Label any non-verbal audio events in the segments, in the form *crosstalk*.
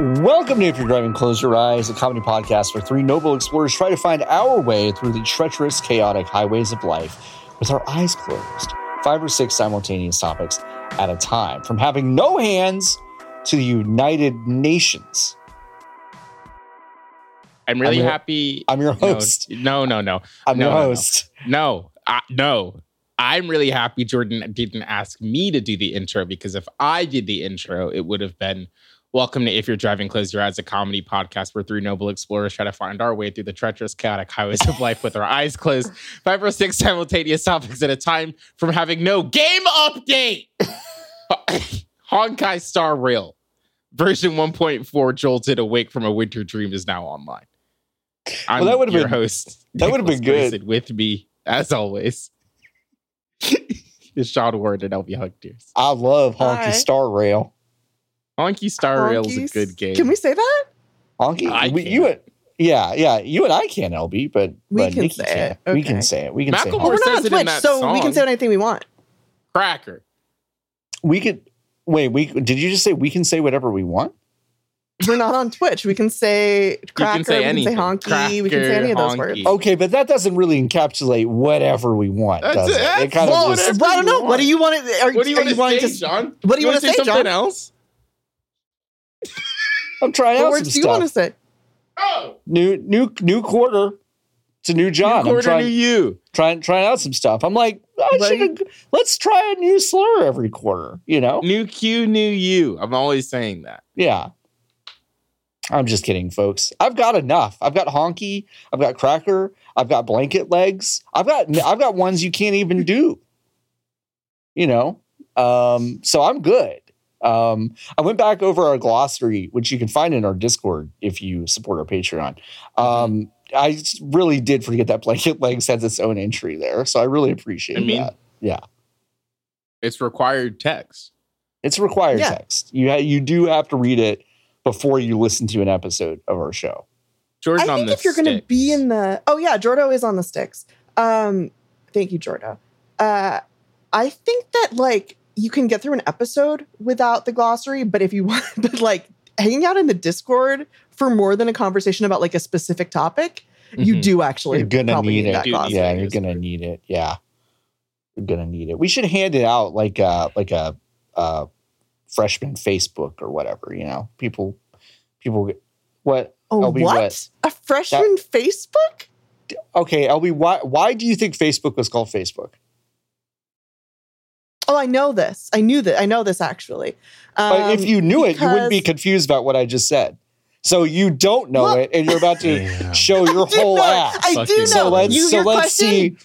Welcome to If You're Driving, Close Your Eyes, a comedy podcast where three noble explorers try to find our way through the treacherous, chaotic highways of life with our eyes closed, five or six simultaneous topics at a time, from having no hands to the United Nations. I'm really I'm your- happy. I'm your no, host. No, no, no, I'm no, your no, no. host. no, I, no. I'm really happy Jordan didn't ask me to do the intro because if I did the intro, it would have been welcome to If You're Driving, Close Your Eyes, a comedy podcast where three noble explorers try to find our way through the treacherous, chaotic highways of life with our eyes closed, five or six simultaneous topics at a time from having no game update. *laughs* Honkai Star Rail version 1.4 jolted awake from a winter dream is now online. I'm that would've your been- host. that would've been Nicholas good. Grayson With me, as always, is Sean Ward and LB Hug Tears. I love Honky Hi. Star Rail. Honky Star Rail is a Honkies. good game. Can we say that? Honky, I we- can't. you and yeah, yeah, you and I can LB, but We but can Nikki say it. can't. We can Okay. say it. We can say Macklemore Well, we're Honky. says it not on in Twitch, that so we song. can say anything we want. Cracker. We could wait. We did you just say we can say whatever we want? We're not on Twitch. We can say *laughs* cracker. you can say we can anything. say honky. we can say Cracker, any of those honky. words. Oh, Okay, but that doesn't really encapsulate whatever we want, That's does it. it? It That's kind all of it just, is. Well, I don't know. What do you want? To, are, What do you are want to wanting say, to s- John? What do you wanna want to say, something John? else? I'm trying What out some words do you want to stuff. say? Oh, New new new quarter. It's a new John. new I'm quarter, new trying, you. trying trying out some stuff. I'm like, I Like- should let's try a new slur every quarter. You know? New Q, new you. I'm always saying that. Yeah. I'm just kidding, folks. I've got enough. I've got honky. I've got cracker. I've got blanket legs. I've got I've got ones you can't even do. You know, um, so I'm good. Um, I went back over our glossary, which you can find in our Discord if you support our Patreon. Um, I s- really did forget that blanket legs has its own entry there, so I really appreciate I mean- that. It's required text. It's required Yeah. text. You ha- you do have to read it before you listen to an episode of our show. Jordan I on think the if you're going to sticks. be in the oh yeah, Jordo is on the sticks. Um, thank you, Jordo. Uh, I think that like you can get through an episode without the glossary, but if you *laughs* want, but like hanging out in the Discord for more than a conversation about like a specific topic, you Mhm. do actually You're gonna probably need it. that You do need glossary. yeah, it you're is gonna true. need it. Yeah, you're gonna need it. We should hand it out like a like a, uh freshman Facebook or whatever. You know, people people. What? Oh, LB, what? what? A freshman Facebook? Okay, LB. Why why do you think Facebook was called Facebook? Oh, I know this. I knew that. I know this actually. Um, But *laughs* if you knew it, you wouldn't be confused about what I just said. So you don't know Well- it, and you're about to show your do whole know it. ass. I do Fucking know. so let's you, so your let's question,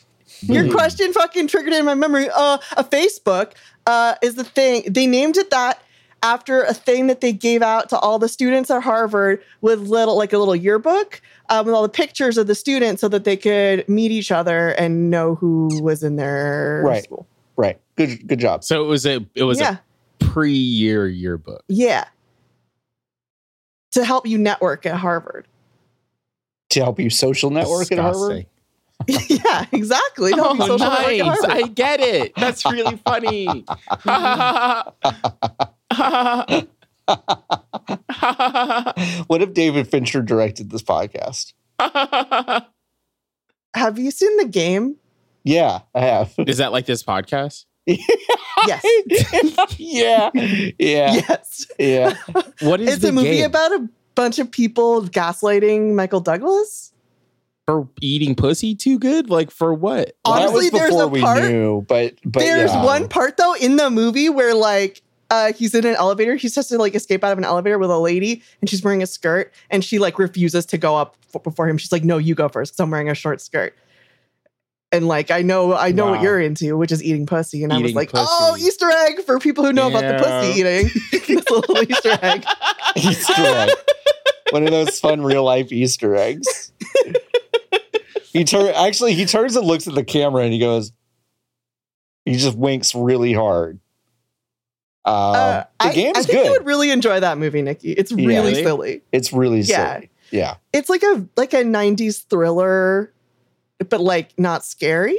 see. Your question fucking triggered in my memory. Uh, a Facebook uh, is the thing. They named it that after a thing that they gave out to all the students at Harvard with little, like a little yearbook uh, with all the pictures of the students so that they could meet each other and know who was in their Right. school. Right. Good. Good job. So it was a it was yeah. a pre-year yearbook. Yeah. To help you network at Harvard. *laughs* To help you social network at Harvard. Disgusting. yeah, exactly. To help you Oh, social network at nice. Harvard. I get it. That's really funny. *laughs* What if David Fincher directed this podcast? Have you seen *laughs* the game? Yeah, I *laughs* have. *laughs* Is that like this podcast? Yes. yeah. Yeah. Yes. Yeah. What is it's the a movie game? about a bunch of people gaslighting Michael Douglas. for eating pussy too good? Like for what? Well, Honestly, that was there's before a we part- knew, but but There's yeah. *laughs* one part though in the movie where like uh, he's in an elevator. He's supposed to like escape out of an elevator with a lady, and she's wearing a skirt, and she like refuses to go up f- before him. She's like, "No, you go first. Cause I'm wearing a short skirt." And like, I know, I know Wow. what you're into, which is eating pussy. And I was Eating like, "Oh, pussy. Easter egg for people who know about the pussy eating." *laughs* *laughs* It's a little Easter egg. Easter egg. one of those fun real life Easter eggs. he turn actually he turns and looks at the camera and he goes. He just winks really hard. Um, Uh, the I, game's I think you good. would really enjoy that movie, Nikki. It's Yeah. really, Really? silly. it's really Yeah. silly. Yeah. It's like a like a '90s thriller, but like not scary.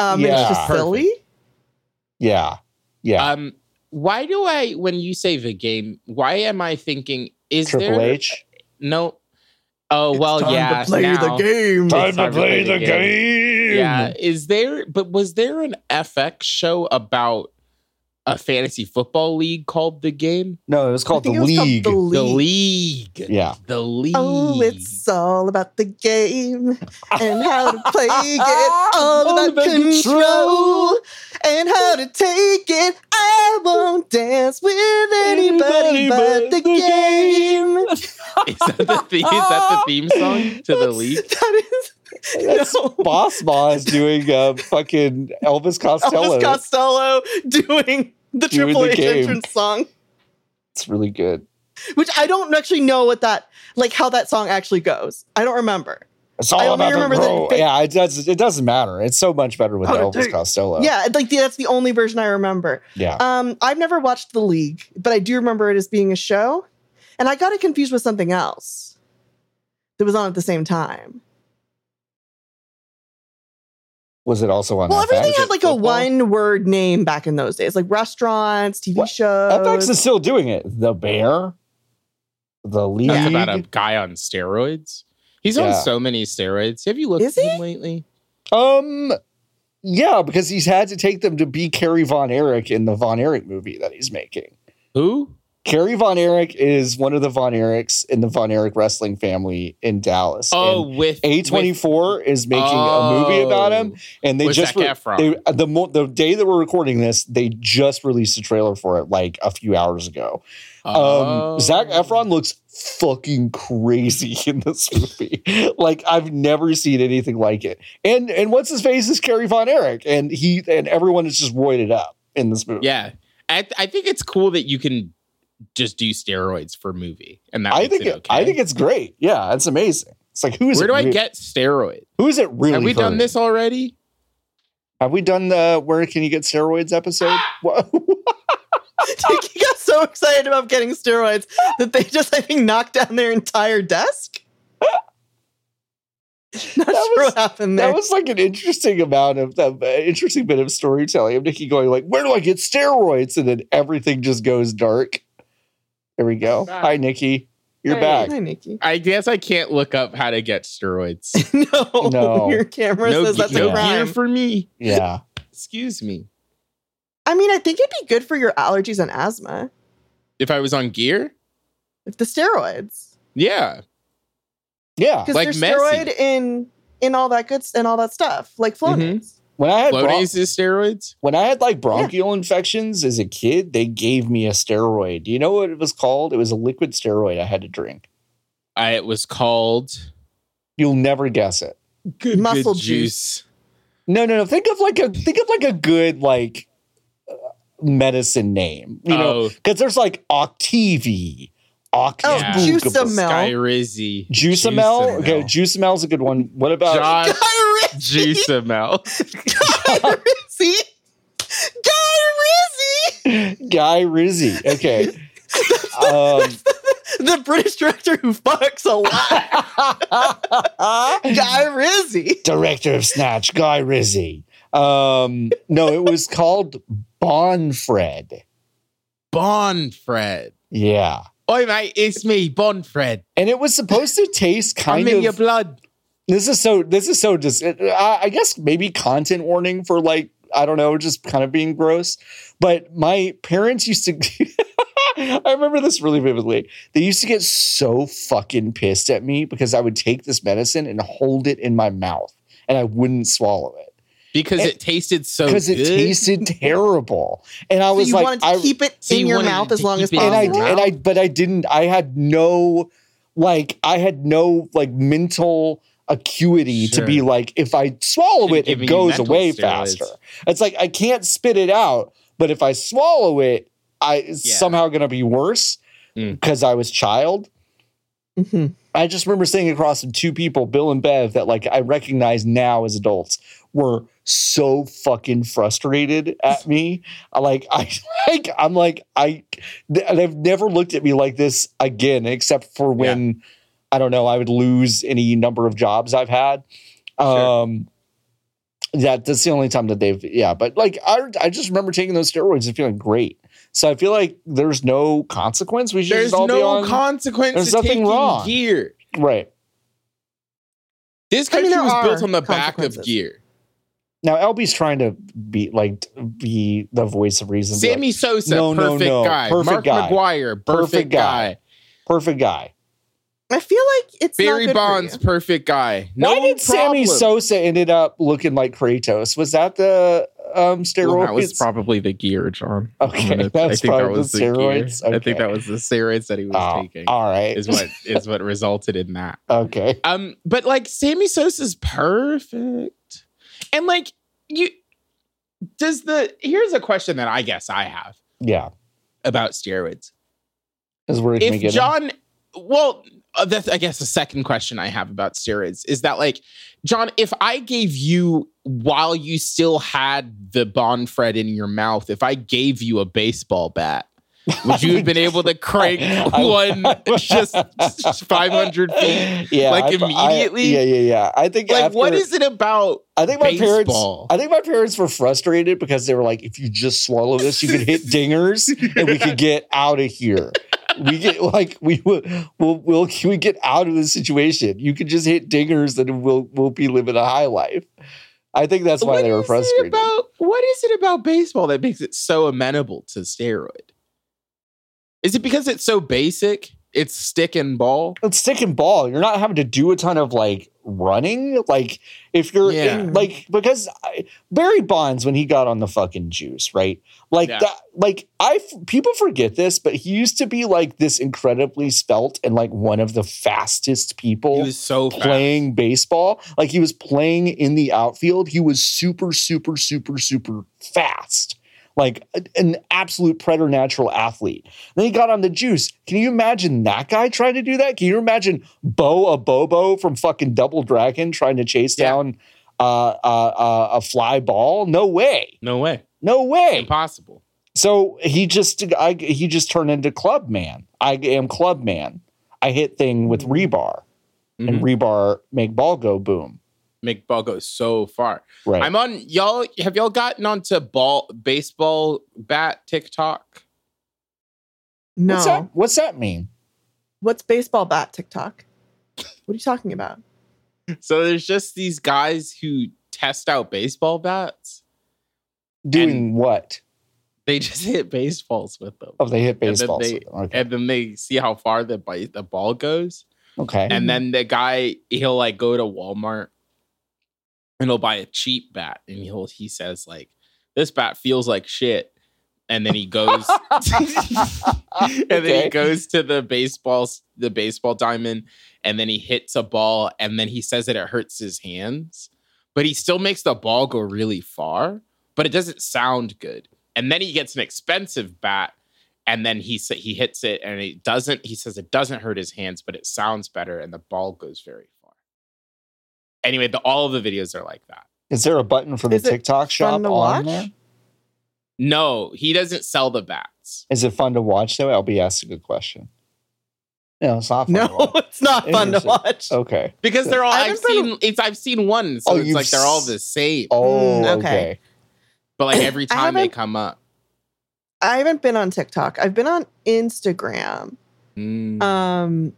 Um, and Yeah. it's just silly. Yeah. Yeah. Uh, Um, why do I when you say the game? Why am I thinking Is Triple there H. no? Oh well, yeah. now- game. Time to play the game. Yeah, is there? But was there an FX show about a fantasy football league called the game? No, it was called the I think it was league. called The league. yeah. The league. Oh, it's all about the game and how to play it. All All about about control and how to take it. I won't dance with anybody, Anybody but, but the, the game. is that the theme? Is that the theme song to the league? *laughs* That is That's *laughs* no. Boss Ma is doing uh, fucking Elvis Costello. Elvis Costello doing the Doing Triple the H game. entrance song, it's really good. which I don't actually know what that like how that song actually goes. I don't remember. It's I all only about the remember that bro. they- yeah, it does. It doesn't matter. It's so much better with Oh, Elvis dude. Costello. Yeah, like the, that's the only version I remember. yeah. Um, I've never watched The League, but I do remember it as being a show, and I got it confused with something else that was on at the same time. Was it also on? well, FX? everything had like a football? one-word name back in those days, like restaurants, TV What? shows. FX *laughs* is still doing it. The Bear, the League. That's about a guy on steroids. He's on Yeah. so many steroids. Have you looked Is at he? him lately? Um, yeah, because he's had to take them to be Carrie Von Erich in the Von Erich movie that he's making. Who? Carrie Von Erich is one of the Von Erichs in the Von Erich wrestling family in Dallas. Oh, with Oh, A twenty four is making a movie about him, and they With just Zac re- Efron. they, um, uh, the mo- the day that we're recording this, they just released a trailer for it like a few hours ago. Um, Oh. Zach Efron looks fucking crazy *laughs* in this movie. like I've never seen anything like it. And and what's his face is Kerry Von Erich, and he and everyone is just roided up in this movie. Yeah, I, th- I think it's cool that you can just do steroids for a movie, and that I makes think it, it, okay. I think it's great. Yeah, it's amazing. It's like who is Where it do I re- get steroids? who is it really? Have we done hurting? this already? Have we done the where can you get steroids *gasps* episode? Wha- *laughs* Tiki got so excited about getting steroids that they just, I think, knocked down their entire *laughs* desk. Not sure was- what happened there. that was like an interesting amount of that interesting bit of storytelling of Nikki going like, "Where do I get steroids?" and then everything just goes dark. There we go. Back. Hi, Nikki. You're Hey. back. Hi, Nikki. I guess I can't look up how to get steroids. No, No. your *laughs* camera no says ge- that's no a gear crime. for me. Yeah. Excuse me. I mean, I think it'd be good for your allergies and asthma If I was on gear, if the steroids, yeah, Yeah. because Like there's Messi. steroid in in all that good s- and all that stuff, like Mm-hmm. Flonase. When I had bron- floaties is steroids. when I had like bronchial infections as a kid, they gave me a steroid. Do you know what it was called? It was a liquid steroid I had to drink. I, it was called You'll never guess it. good Muscle No, no, no. Think of like a think of like a good like uh, medicine name. You know, oh, because there's like Octivi, Oh, Yeah. Octavus. Juicemel. Skyrizzi. Juicemel. Okay, uh, Juicemel's a good one. What about Josh *laughs* *laughs* *laughs* Guy Juicemel. Rizzi, Guy *laughs* Guy Rizzi? Okay. *laughs* um, Rizzi, the British director who fucks a *laughs* lot. Guy Rizzi. director of Snatch, Guy Rizzi. Um, no, it was called Bonfred. Bonfred. Yeah. Oi, mate, it's me, Bonfred. And it was supposed to taste kind I'm in of. your blood. this is so. This is so. Dis- I, I guess maybe content warning for like I don't know, just kind of being gross. But my parents used to. *laughs* I remember this really vividly. They used to get so fucking pissed at me because I would take this medicine and hold it in my mouth and I wouldn't swallow it Because It- it, tasted so good. because Eh, it tasted terrible. And I Oh, So was you like, wanted to I, keep it So in you your wanted mouth to as long as keep it in possible. and I your mouth? and I but I didn't I had no like I had no like mental acuity to Sure. be like if I swallow Should've it it given you goes mental away steroids. faster. It's like I can't spit it out, but if I swallow it, I it's Yeah. somehow going to be worse Mm. because I was child. Mhm. I just remember sitting across from two people, Bill and Bev, that like I recognize now as adults were so fucking frustrated at me. I, Like I *laughs* like I'm like I th- they've never looked at me like this again, except for when I don't know, I would lose any number of jobs I've had. Sure. Um that that's the only time that they've yeah, but like I I just remember taking those steroids and feeling great. So I feel like there's no consequence. We should There's just all be no on consequence There's to nothing taking wrong. gear. right This I mean, country there was built are on the back of consequences. gear. now. LB's trying to be like t- be the voice of reason. be like, Sammy Sosa, No, no, perfect no. guy. Perfect Mark guy. McGuire, perfect, Perfect guy. guy. perfect guy. I feel like it's Barry not good for Bonds, you. perfect guy. Why did Sammy problem. Sosa ended up looking like Kratos? Was that the um, Well, steroids? that was probably the gear, John. *laughs* Okay, I'm gonna- that was probably the gear. steroids. I think Okay. that was the steroids that he was Oh, taking. all right. Is what is what resulted in that. *laughs* okay. Um, but like Sammy Sosa's perfect, and like you does the here's a question that I guess I have Yeah. about steroids. Is where we if get *laughs* John, well, uh, that's I guess the second question I have about steroids is that like, John, if I gave you while you still had the Bond Fred in your mouth, if I gave you a baseball bat, would you have been able to *laughs* crank I- one *laughs* just five hundred feet? Yeah, like, I- I- immediately? yeah, yeah, yeah. I think Like, after, what is it about? I think my baseball? parents. I think my parents were frustrated because they were like, "If you just swallow this, you could *laughs* hit dingers, and we could get out of here. We get like we will we'll, we'll we get out of this situation. You could just hit dingers, and we'll we'll be living a high life." I think that's why What they were is it frustrated. about- what is it about baseball that makes it so amenable to steroid? Is it because it's so basic? It's stick and ball. it's stick and ball. You're not having to do a ton of like running. Like if you're Yeah. in- like because I, Barry Bonds when he got on the fucking juice, right? Like Yeah. that. Like I f- people forget this, but he used to be like this incredibly spelt and like one of the fastest people He was so fast. playing baseball. Like he was playing in the outfield. He was super, super, super, super fast. Like a- an absolute preternatural athlete. Then he got on the juice. Can you imagine that guy trying to do that? Can you imagine Bo a Bobo from fucking Double Dragon trying to chase Yeah. down uh, uh, uh, a fly ball? No way. No way. No way. Impossible. So he just I, he just turned into club man. I am club man. I hit thing with Mm-hmm. rebar and Mhm. rebar make ball go boom. Make ball go so far. Right. I'm on y'all. Have y'all gotten onto ball baseball bat TikTok? No. What's that? What's that mean? What's baseball bat TikTok? What are you talking about? So there's just these guys who test out baseball bats. Doing And- what? They *laughs* just hit baseballs with them, Oh, they hit then baseballs. they- with them. okay. and then they see how far the bi- the ball goes. okay. And then the guy, he'll like go to Walmart and he'll buy a cheap bat. And he'll, he says, like, this bat feels like shit. And then he goes, *laughs* and then he Okay. goes to the baseball, the baseball diamond, and then he hits a ball. And then he says that it hurts his hands, but he still makes the ball go really far, but it doesn't sound good. And then he gets an expensive bat and then he sa- he hits it and it doesn't he says it doesn't hurt his hands but it sounds better and the ball goes very far anyway the, all of the videos are like that Is there a button for the Is it TikTok shop to on watch? there? no he doesn't sell the bats Is it fun to watch though? LB asked a good question. No, it's not fun. to No, watch. it's not fun to Interesting. Oh. watch. Okay. because they're all I i've haven't been- seen it's i've seen one so Oh, it's you've like they're all s- the same Oh, *laughs* Mm, okay. okay. but *coughs* like every I time they haven't- come up I haven't been on TikTok. I've been on Instagram, Mm. um,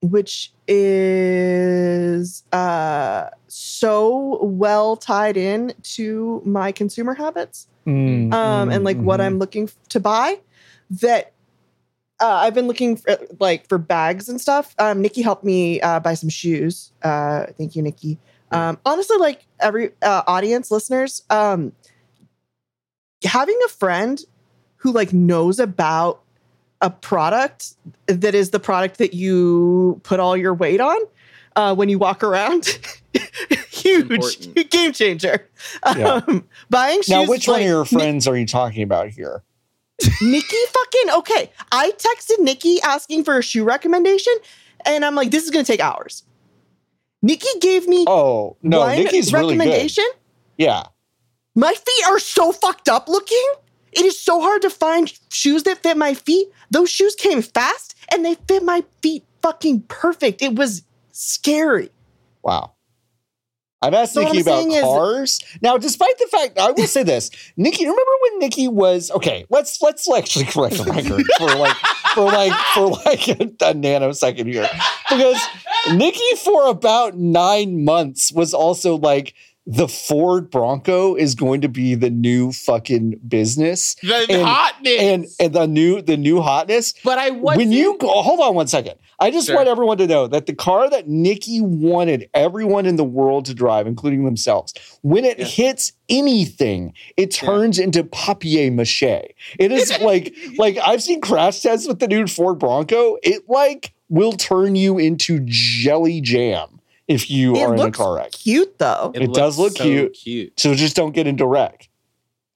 which is uh, so well tied in to my consumer habits Mm, um, and like what mhm. I'm looking f- to buy. That uh, I've been looking for, like for bags and stuff. Um, Nikki helped me uh, buy some shoes. Uh, thank you, Nikki. Um, honestly, like every uh, audience listeners, um, having a friend who like knows about a product that is the product that you put all your weight on uh, when you walk around. *laughs* Huge Important. *laughs* game changer. Yeah. Um, buying shoes. Now, which one of like, your Ni- friends are you talking about here? Nikki fucking okay. I texted Nikki asking for a shoe recommendation, and I'm like, this is gonna take hours. Nikki gave me Oh no, one Nikki's really good. recommendation. Yeah, My feet are so fucked up looking. It is so hard to find shoes that fit my feet. Those shoes came fast and they fit my feet fucking perfect. It was scary. wow. I'm So asking what Nikki I'm saying about is- cars. now, despite the fact, I will say this, Nikki. Remember when Nikki was okay? Let's let's actually *laughs* correct the record for like for like for like a, a nanosecond here, because Nikki for about nine months was also like the Ford Bronco is going to be the new fucking business The And- hotness. and and the new the new hotness. but I was when you go, hold on one second. I just Sure. want everyone to know that the car that Nikki wanted everyone in the world to drive, including themselves, when it Yeah. hits anything, it Yeah. turns into papier mache. It *laughs* is like, like I've seen crash tests with the new Ford Bronco. It like will turn you into jelly jam if you It are in a looks- car wreck. Cute though. it does looks look cute. cute. So just don't get into wreck.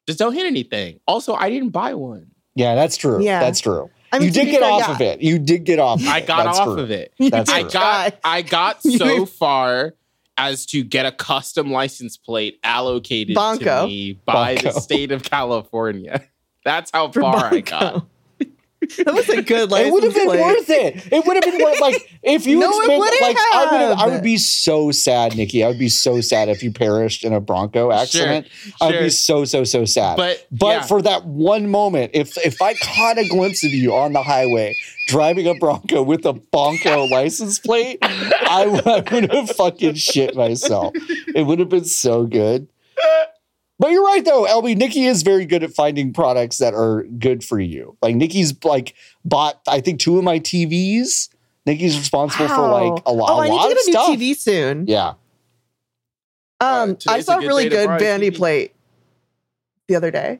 Just don't hit anything. Also, I didn't buy one. Yeah, that's true. Yeah. That's true. I you to did be get fair, off yeah. of it. You did get off. *laughs* I got off of it. That's I true. got I *laughs* got so You- far as to get a custom license plate allocated to Bonko. me by the Bonko. state of California. *laughs* That's how For far I Bonko. got. *laughs* That was a good license it would have been plate. worth it. It would have been worth like if *laughs* you No, it expect- wouldn't like I would have, I have. would be so sad, Nikki. I would be so sad if you perished in a Bronco accident. I would Sure. be so so so sad. But But yeah. for that one moment, if if I caught a glimpse of you on the highway driving a Bronco with a Bonko license plate, I, would- I would have fucking shit myself. It would have been so good. But you're right though, LB. Nikki is very good at finding products that are good for you. Like Nikki's like bought, I think, two of my TVs. Nikki's responsible for Wow. like a lot, Oh, a I lot need to of get a new stuff. TV soon. Yeah, Uh, Um, I today's a saw a good really day to good buy a vanity TV. plate the other day.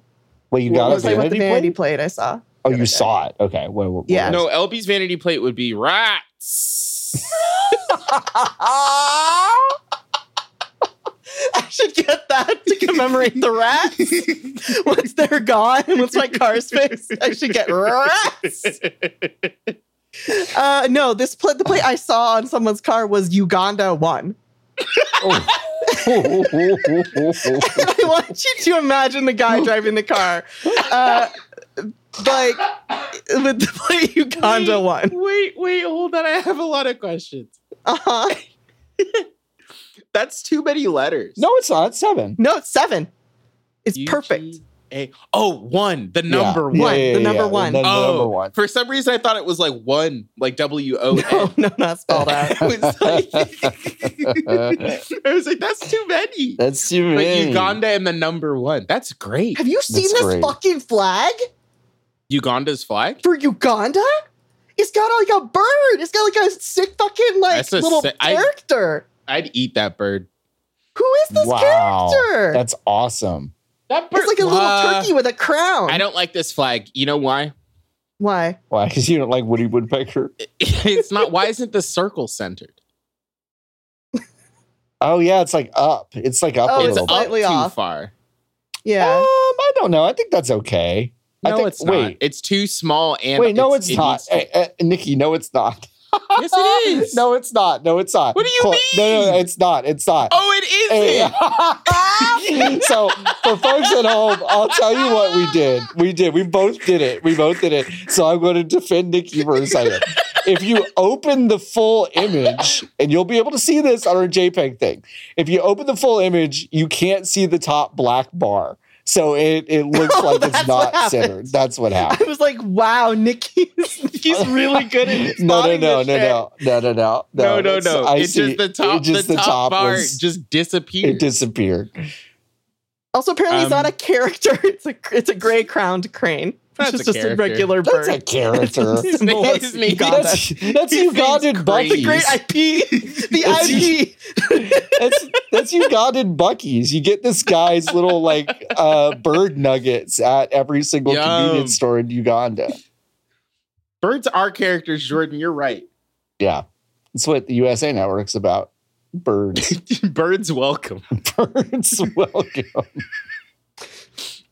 well, you What got was a Let's play with vanity the vanity plate. plate. I Oh, saw. *laughs* the other you day. saw it. Okay. What, what- what Yeah. was *laughs* No, LB's vanity plate would *laughs* be rats. I should get that to commemorate *laughs* the rats. once they're gone, once my car's fixed, I should get rats. Uh, no, this pla- the plate I saw on someone's car was Uganda one. *laughs* Oh. it? And I want you to imagine the guy driving the car, uh, like with the plate Uganda Wait, one. *laughs* Wait, wait, hold on. I have a lot of questions. Uh-huh. That's too many *laughs* letters. no, it's not. It's seven. No, it's seven. It's perfect. A- oh, one. The Yeah. number Yeah, one. yeah, the yeah, number yeah. one. The, the Oh, number *laughs* one. for some reason I thought it was like one, like W *laughs* O No, N. no, not spelled out. I was like, *laughs* I was like, that's too *laughs* many. That's too But many. Uganda and the number one. That's great. *laughs* Have you seen That's this great. fucking flag Uganda's flag? for Uganda? It's got like a bird. It's got like a sick fucking like That's a little sick- I- character. I'd eat that bird. Who is this Wow. character? That's awesome. That it's like a little turkey with a crown. I don't like this flag. You know why? *laughs* Why? Why? *laughs* Because you don't like Woody Woodpecker? It's not. Why isn't the circle centered? Oh yeah, it's like up. It's like up Oh, a it's little. up bit. Slightly too off. far. Um, Oh. Yeah. I don't know. I think that's okay. I No, think- it's not. wait. It's too small. And Wait, no, it's, it not. needs *laughs* to- Eh, eh, Nikki, no, it's not. yes, it *laughs* is. No, it's not. No, it's not. What do you No, no, mean? it's not. It's not. Eh, Oh, it Hey. *laughs* isn't. *laughs* so for folks at home, I'll tell you what we did. We did. We both did it. We both did it. So I'm going to defend Nikki for a second. If you open the full image, and you'll be able to see this on our JPEG thing. If you open the full image, you can't see the top black bar. So it, it looks *laughs* Oh, like it's that's what not happened. centered. That's what happened. *laughs* I was like, *laughs* wow, Nikki's he's really good at No, no, spotting no, no, this shit. no, no, no, no, No, no, it's- no. I It's see. just the top. It just the, top, bar was- just disappeared. it disappeared. Also, apparently, he's Um, not a character. *laughs* It's a it's a gray crowned crane. That's It's just, a just a character. regular bird. That's a *laughs* *laughs* character. His name is Maybe. That's That's that's His Ugandan name's Green. Bucky's. *laughs* the great IP. That's- The IP. That's that's Ugandan Bucky's. You get this guy's little like uh, bird nuggets at every single Yum. convenience store in Uganda. Birds are characters, Jordan. You're right. Yeah, that's what the USA Network's about. Birds, *laughs* Birds welcome. birds, *laughs* welcome.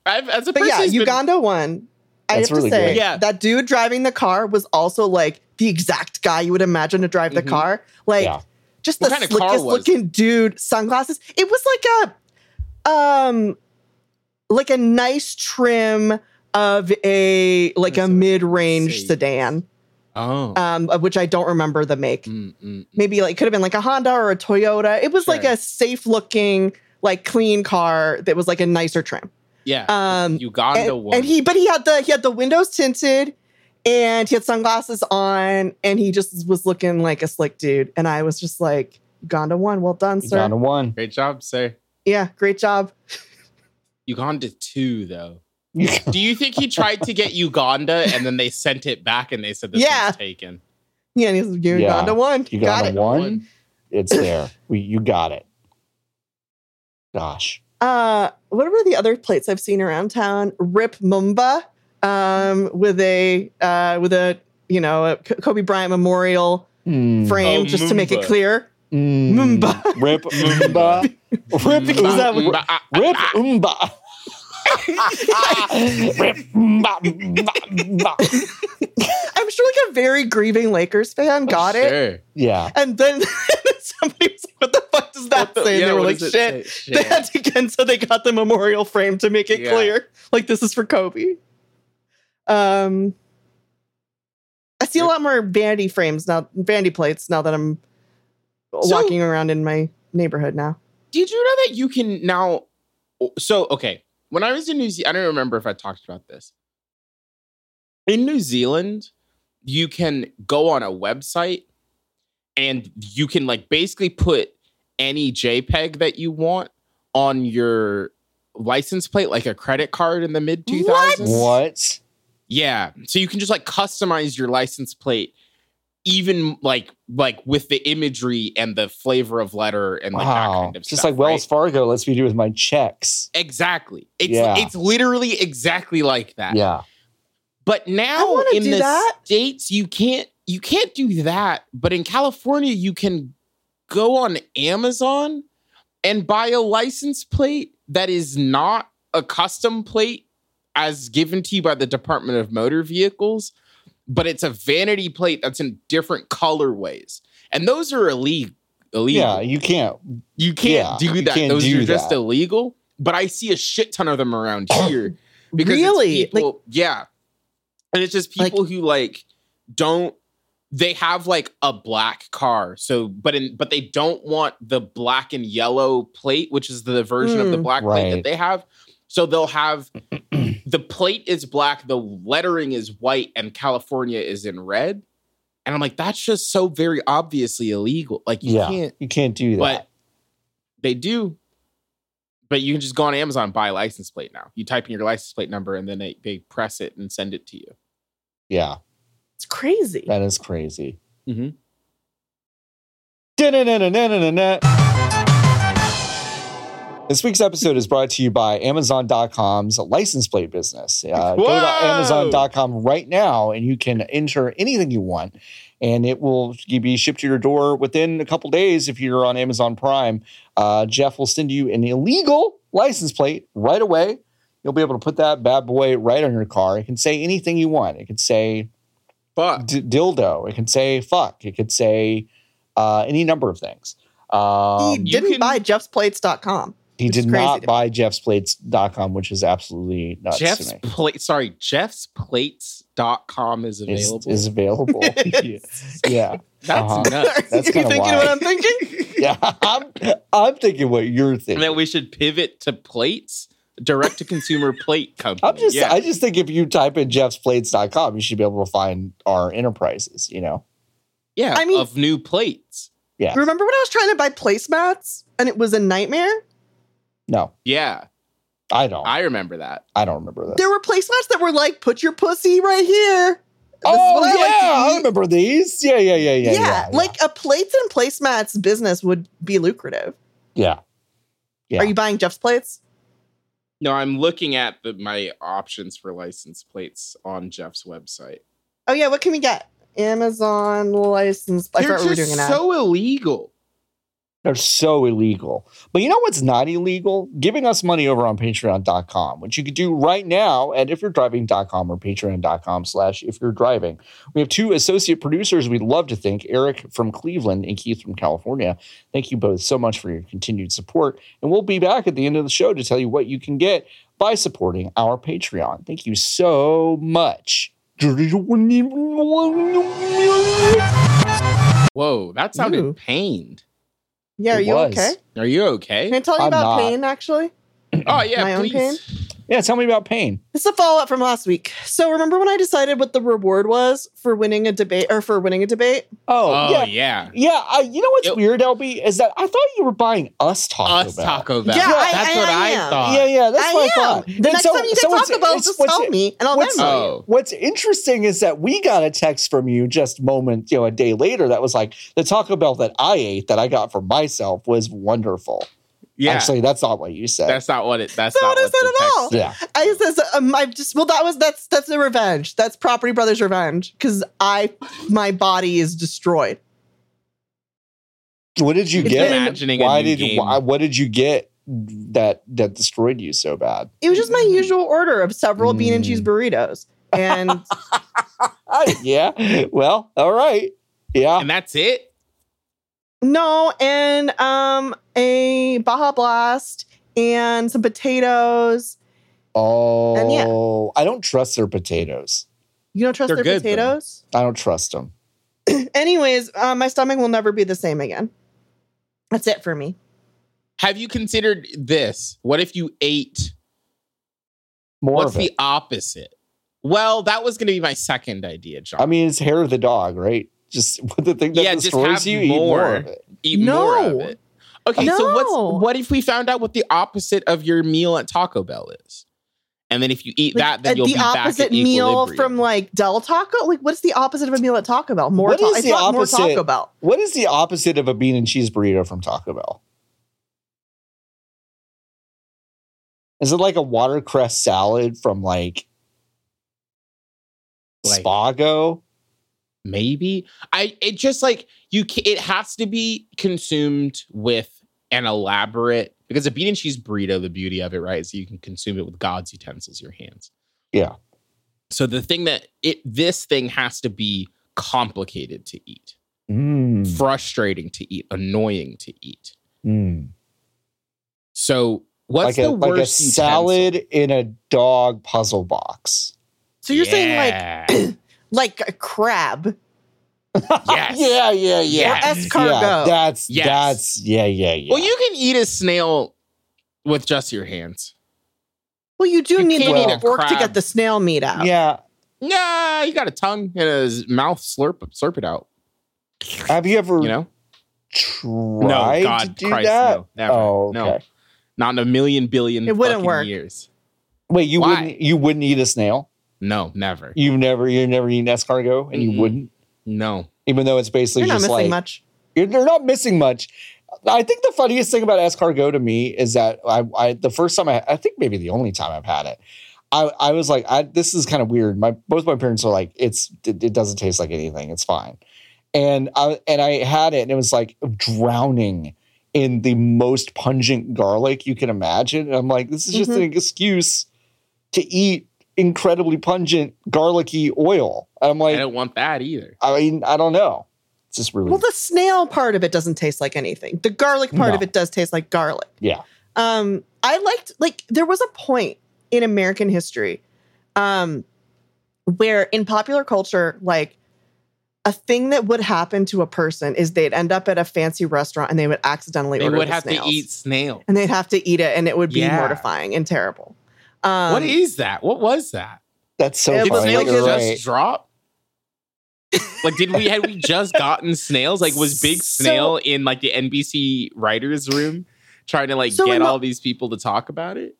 I've, as a But person, yeah, who's been- Uganda one. I That's have really to say, good. Yeah. that dude driving the car was also like the exact guy you would imagine to drive the Mhm. car. Like, Yeah. just What the kind of car slickest was it? looking dude, sunglasses. It was like a, um, like a nice trim of a like a It's a mid range sedan. sedan. Oh. um, of which I don't remember the make. Mm, mm, Maybe like could have been like a Honda or a Toyota. It was like Sure. a safe looking, like clean car that was like a nicer trim. yeah. Um, Uganda and, woman. and he, but he had the he had the windows tinted, and he had sunglasses on, and he just was looking like a slick dude. And I was just like, Uganda one, well done, sir. Down to one. Great job, sir. Yeah, great job. Uganda two though. You Do you think he tried to get Uganda and then they sent it back and they said this Yeah. was taken? Yeah, and he's Uganda Yeah. one. you got got, it. a one. It's there. We, you got it. Gosh. Uh, what were the other plates I've seen around town? Rip Mumba, um, with a uh, with a you know a K- Kobe Bryant memorial Mm. frame, Oh, just to make it Mumba. clear. Mm. Mumba. *laughs* Rip Mumba. Rip was that- Mm, mm, mm, Rip *laughs* Umba. Rip Umba. Umba, Umba. I'm sure like a very grieving Lakers Oh, fan got it, Sure. Yeah. and then *laughs* somebody was like, "What the fuck does that What the- say?" And yeah, they were what like, does "Shit." it say? They had to again, so they got the memorial frame to make it Yeah. clear, like this is for Kobe. Um, I see a Yep. lot more vanity frames now, vanity plates now that I'm So- walking around in my neighborhood now. Did you know that you can now? So okay, when I was in New Zealand, I don't remember if I talked about this. In New Zealand, you can go on a website and you can like basically put any JPEG that you want on your license plate, like a credit card in the mid 2000s. What? Yeah. So you can just like customize your license plate even like like with the imagery and the flavor of letter and like that Wow. kind of Just stuff, like Wells right? Fargo lets me do with my checks. Exactly. It's Yeah. it's literally exactly like that. Yeah. But now wanna in do the that. states you can't you can't do that, but in California you can go on Amazon and buy a license plate that is not a custom plate as given to you by the Department of Motor Vehicles, but it's a vanity plate that's in different colorways. And those are illegal. illegal. Yeah. You can't. You can't Yeah, do you that. can't Those do are just that. Oh, illegal. But I see a shit ton of them around here because it's really, people, yeah. And it's just Like- people who like don't they have like a black car. So but in but they don't want the black and yellow plate, which is the version of the Mm. black plate that Right. they have. So *clears throat* they'll have the plate is black, the lettering is white, and California is in red. And I'm like, that's just so very obviously illegal. Like you Yeah. can't You can't do that. but they do. But you can just go on Amazon and buy a license plate now. You type in your license plate number and then they, they press it and send it to you. yeah. It's crazy. That is crazy. Mhm. Da-na-na-na-na-na-na. This week's episode is brought to you by Amazon.com's license plate business. Uh, go to Whoa! Amazon.com right now and you can enter anything you want, and it will be shipped to your door within a couple days if you're on Amazon Prime. Uh, Jeff will send you an illegal license plate right away. You'll be able to put that bad boy right on your car. It can say anything you want. It can say But uh, d- dildo. It can say fuck. It could say uh, any number of things. he Um, you didn't can- buy Jeff'sPlates.com. he it's did crazy not to- buy jeffsplates.com, which is absolutely nuts Jeff's to me. plate sorry, Jeff's plates.com Is is available. is available. *laughs* *laughs* yeah. yeah. *laughs* That's uh-huh. nuts. Are *laughs* you That's kinda thinking what wild. *laughs* I'm thinking? Yeah. *laughs* I'm, I'm thinking what you're And thinking. then we should pivot to plates, direct to consumer *laughs* plate company. I'm just yeah. I just think if you type in jeffsplates.com, you should be able to find our enterprises, you know. yeah, I mean- of new plates. Yeah. Remember when I was trying to buy placemats and it was a nightmare? No, Yeah, I don't. I, I remember that. don't remember this. There were placemats that were like, "Put your pussy right here." This is oh what I like to yeah, I eat. remember these. Yeah, yeah, yeah, yeah. yeah, Yeah, yeah. like a plates and placemats business would be lucrative. yeah. Yeah. Are you buying Jeff's plates? No, I'm looking at the, my options for license plates on Jeff's website. Oh yeah, what can we get? Amazon license. I They're forgot we were just doing an ad. so illegal. They're so illegal. But you know what's not illegal? Giving us money over on patreon.com, which you could do right now at ifyou'redriving.com or patreon.com slash if you're driving. We have two associate producers we'd love to thank, Eric from Cleveland and Keith from California. Thank you both so much for your continued support. And we'll be back at the end of the show to tell you what you can get by supporting our Patreon. Thank you so much. Whoa, that sounded Ooh. pained. Yeah, are It you was. okay? Are you Can okay? I tell you I'm about not. pain actually? Oh yeah, My own please. pain? Yeah, tell me about pain. This is a follow up from last week. So remember when I decided what the reward was for winning a debate or for winning a debate? Oh, Oh, yeah. yeah. Yeah, I, you know what's It- weird, LB, is that I thought you were buying us Taco Us Bell. Taco Bell. Yeah, I- That's I- what I I, am. thought. Yeah, yeah, that's I what I am. thought. The next time you get what's- Taco Bell, it's- just what's- tell me and I'll what's- Venmo you. Oh. What's interesting is that we got a text from you just moment, you know, a day later that was like the Taco Bell that I ate that I got for myself was wonderful. Yeah. Actually, that's not what you said. that's not what it that's That's not what not what I the said at text all. yeah. I says um, I just well that was that's that's the revenge. That's Property Brothers revenge because I my body is destroyed. What did you It's get? been- Imagining a Why new did game. why, what did you get that that destroyed you so bad? It was just my usual order of several bean and Mm. cheese burritos, and *laughs* I- yeah. *laughs* Well, all right. Yeah. and that's it. no, and um a Baja Blast and some potatoes. Oh, yeah. I don't trust their potatoes. You don't trust They're their good, though. potatoes. *laughs* I don't trust them. Anyways, uh, my stomach will never be the same again. That's it for me. Have you considered this? What if you ate More what's of the it. opposite? Well, that was gonna be my second idea, John. I mean, it's hair of the dog, right? Just *laughs* with the thing that Yeah, just destroys have you, eat more more. of it. eat more of No. it. Okay, so No. what's what if we found out what the opposite of your meal at Taco Bell is? And then if you eat that, then Like, uh, you'll the be opposite back at meal equilibrium. from like Del Taco. Like, what's the opposite of a meal at Taco Bell? More, What ta- is it's the not more opposite? Taco Bell. What is the opposite of a bean and cheese burrito from Taco Bell? Is it like a watercress salad from like, Like- Spago? maybe i it just like you ca- it has to be consumed with an elaborate because a bean and cheese burrito the beauty of it right is you can consume it with god's utensils your hands Yeah. so the thing that it this thing has to be complicated to eat Mm, frustrating to eat annoying to eat mm. so Like, what's a, the like a worst salad in a dog puzzle *laughs* box. *laughs* So you're saying like like like a crab? *coughs* Yes. yeah, *laughs* yeah, yeah. Or Yes. escargot. Yeah, that's Yes. that's yeah, yeah, yeah. well you can eat a snail with just your hands Well, you do You need the can't eat little a fork to crab. get the snail meat out. yeah. Nah, you got a tongue and a mouth slurp slurp it out. Have you ever You know? tried to do that? no, never. Oh, okay. No, not in a million billion. It wouldn't fucking work. Years. Wait, you Why? wouldn't you wouldn't eat a snail? No, never. You've never you've never eaten escargot, and Mm-mm. you wouldn't, No. even though it's basically You're not just missing like much. you're, you're not missing much. I think the funniest thing about escargot to me is that I, I the first time I, I think maybe the only time I've had it, I, I was like, I, this is kind of weird. My both my parents are like, it's it, it doesn't taste like anything. It's fine, and I and I had it and it was like drowning in the most pungent garlic you can imagine. And I'm like, this is just Mhm. an excuse to eat incredibly pungent garlicky oil. And I'm I like, don't want that either. I, mean, I don't know. It's just really Well, the snail part of it doesn't taste like anything. The garlic part of No. it does taste like garlic. Yeah. Um, I liked like there was a point in American history, um, where in popular culture, like a thing that would happen to a person is they'd end up at a fancy restaurant and they would accidentally They order would the have snails. to eat snail. and they'd have to eat it and it would be Yeah. mortifying and terrible. Um, what is that? What was that? that's so It Did was funny. like snails You're just right. drop? like did we had we just gotten snails? Like was Big *laughs* So- Snail in like the NBC writers room trying to like So get in the- all these people to talk about it?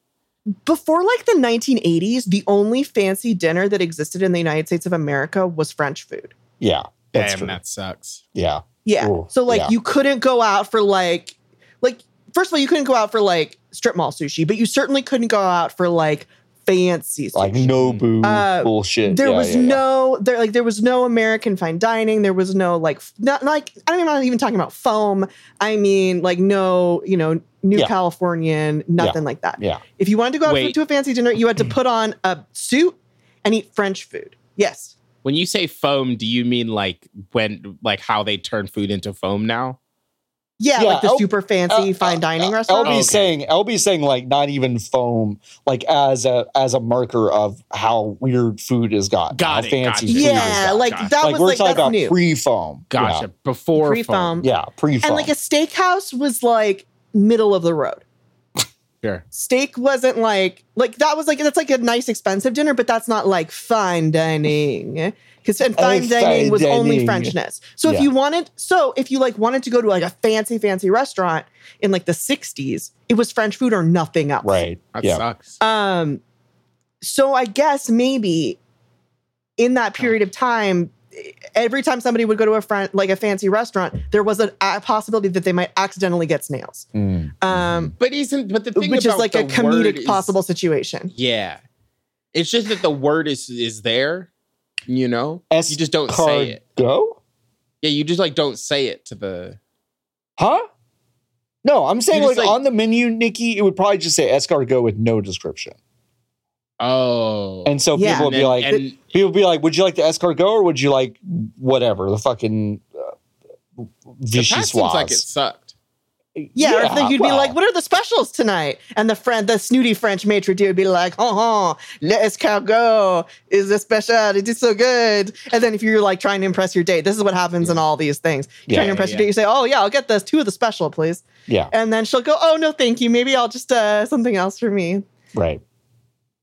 before like the 1980s, the only fancy dinner that existed in the United States of America was French food. Yeah, that's Damn, true. that sucks. Yeah. Yeah. Ooh, so like yeah. you couldn't go out for like like first of all, you couldn't go out for like strip mall sushi, but you certainly couldn't go out for like fancy sushi. like Mm-hmm. Nobu Uh, bullshit. there Yeah, was yeah, yeah. no there like there was no American fine dining. There was no like f- not like I mean, I'm not even talking about foam. I mean like no you know New Yeah. Californian nothing like that. Yeah. If you wanted to go out for, Wait. to a fancy dinner, you had to put on a suit and eat French food. Yes. When you say foam, do you mean like when like how they turn food into foam now? Yeah, Yeah, like the L- super fancy L- fine dining Uh, restaurant. LB's Okay. saying LB's saying like not even foam like as a as a marker of how weird food has gotten. Got how it, fancy got it. food has yeah, Gotcha. gotten. like Gotcha. that like was we're like talking that's about new. pre foam. Gotcha. Before Pre-foam. foam. Yeah, pre foam. and like a steakhouse was like middle of the road. Sure. Steak wasn't like like that was like that's like a nice expensive dinner, but that's not like fine dining because and fine Oh, fine dining was only dining. Frenchness. So if Yeah. you wanted, so if you like wanted to go to like a fancy fancy restaurant in like the '60s, it was French food or nothing else. right. That Yeah. sucks. Um, so I guess maybe in that period of time, every time somebody would go to a friend like a fancy restaurant, there was a, a possibility that they might accidentally get snails, Mm. um, But isn't but the thing which is about like the a word comedic is- possible situation. Yeah. It's just that the word is is there, you know? S- you just don't say it. Cargo? Yeah, you just like don't say it to the Huh? No, I'm saying You just, like, like- on the menu, Nikki, it would probably just say escargot with no description. Oh. And so Yeah. people would be then- like, and- people would be like, would you like the escargot or would you like whatever the fucking uh, so Pat Vichy seems like it sucked. Yeah, or if you'd be well, like, "What are the specials tonight?" And the friend, the snooty French maitre d' would be like, "Oh, let escargot is a special. It is so good." And then if you're like trying to impress your date, this is what happens in all these things. You're Yeah, trying yeah, to impress yeah. your date, you say, "Oh yeah, I'll get this two of the special, please." Yeah, And then she'll go, "Oh no, thank you. Maybe I'll just uh, something else for me." right.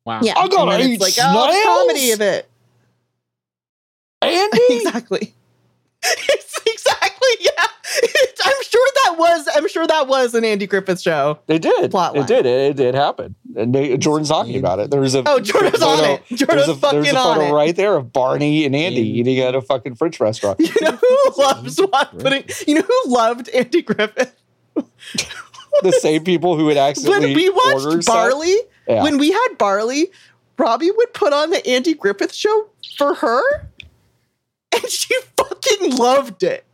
Wow. Yeah, I gotta And then eat it's like oh, the snails? comedy of it. *laughs* *laughs* Andy? exactly. *laughs* It's exactly yeah. I'm sure that was. I'm sure that was an Andy Griffith show. They did. Plot line. It did. It, it did happen. And they, Jordan's talking about it. There was a Oh, Jordan's photo- on it. There's Jordan's a, fucking there's a on photo it. right there of Barney and Andy Andy. eating at a fucking French *laughs* restaurant. You know who loves Andy what putting. Griffith. You know who loved Andy Griffith the same people who would accidentally when we order watched stuff. Barley. Yeah. When we had Barley, Robbie would put on the Andy Griffith show for her, and she *laughs* fucking loved it.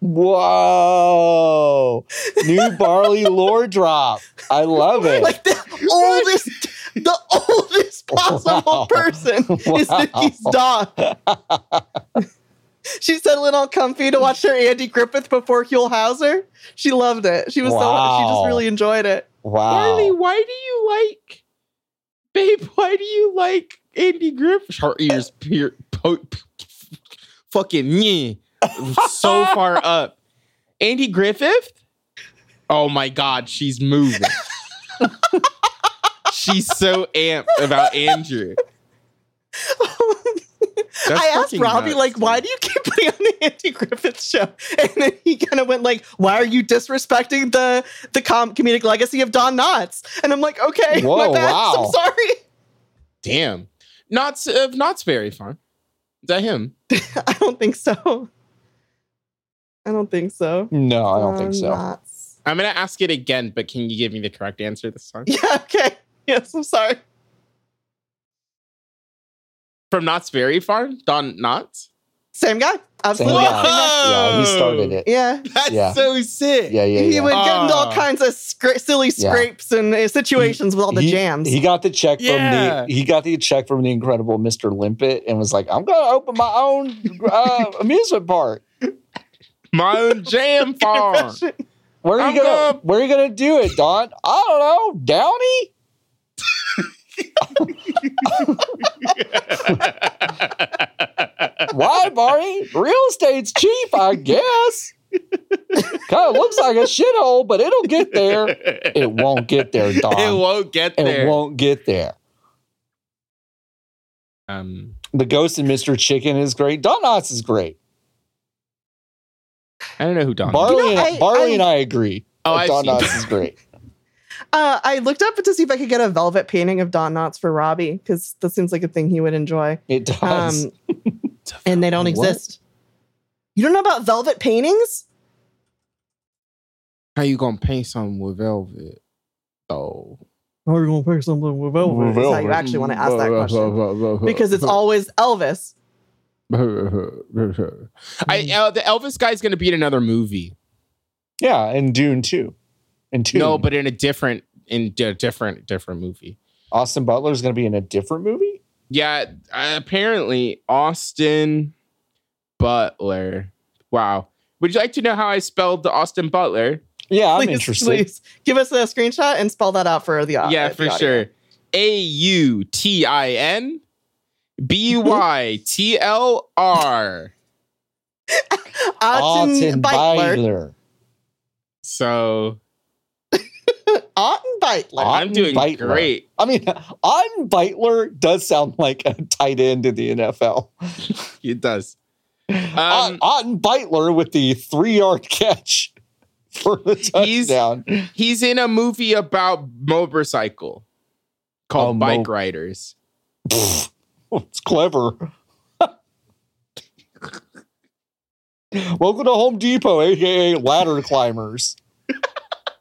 Whoa! New *laughs* barley lore drop. I love it. Like the oldest, the oldest possible Wow. person is Wow. Nikki's dog. *laughs* She's settling all comfy to watch her Andy Griffith before Huell Hauser. She loved it. She was so she Wow. just really enjoyed it. Barley, wow. why do you like Babe, why do you like Andy Griffith? Her ears peer po- p- fucking me *laughs* so far up. Andy Griffith? Oh my god, she's *laughs* moving. she's so amped about *laughs* Andrew. That's I asked fucking Robbie, nuts, like, why dude. do you keep putting on the Andy Griffith show? And then he kind of went like, why are you disrespecting the the com- comedic legacy of Don Knotts? And I'm like, okay, Whoa, my bad. wow. I'm sorry. *laughs* Damn. Knott's of Knott's very fun. Is that him? I don't think so. I don't think so. No, I don't think Don so. Knotts. I'm gonna ask it again, but can you give me the correct answer this time? *laughs* Yeah, okay. Yes, I'm sorry. From Knott's Berry Farm? Don Knott's? Same guy. Absolutely. Same Same guy. Oh Yeah, he Oh. started it. Yeah. That's Yeah. so sick. Yeah, yeah, yeah. He would get into all Ah. kinds of scra- silly Yeah. scrapes and uh, situations with all the he, jams. *laughs* He got the check Yeah. from the he got the check from the incredible Mr. Limpet and was like, I'm gonna open my own uh, amusement park. My own *laughs* jam farm. Where are I'm you gonna, gonna- where are you gonna do it, Don? I don't know, Downey? Why, Barney? Real estate's cheap, I guess. kind of looks like a shithole, but it'll get *laughs* there. *laughs* it It won't get there, Don. It won't, won't get there. get there. Um, The Ghost and Mr. Chicken is great. Don Knotts is great. I don't know who Don. Barley, You know, and, I- Barley I- and I agree. Oh, I've Don seen Knotts is great. Uh, I looked up to see if I could get a velvet painting of Don Knotts for Robbie because that seems like a thing he would enjoy. It does. *laughs* Um, and they don't What? exist. You don't know about velvet paintings? *laughs* How you gonna paint something with velvet? Oh, How are you going to paint something with velvet? Is how you actually want to *laughs* ask that question. Because it's always Elvis. I uh, the Elvis guy's gonna be in another movie. yeah, and Dune too. And Dune. No, but in a different in a different different movie. Austin Butler's going to be in a different movie? Yeah, uh, apparently Austin Butler. Wow. Would you like to know how I spelled the Austin Butler? Yeah, I'm please, interested. Please give us a screenshot and spell that out for the au- uh, the audio. yeah, for sure. A U T I N B Y T L R. Otten Uh, Alton Beitler. Beitler. So Otten Beitler. Ot- I'm doing Bite Mark. great. I mean, Otten Beitler does sound like a tight end in the NFL. It does. Ot- Um, Otten Beitler with the three yard catch for the He's- touchdown. Um, he's in a movie about motorcycle called Oh, mo- Bike Riders. Pfft, it's clever. Welcome to Home Depot, aka Ladder Climbers.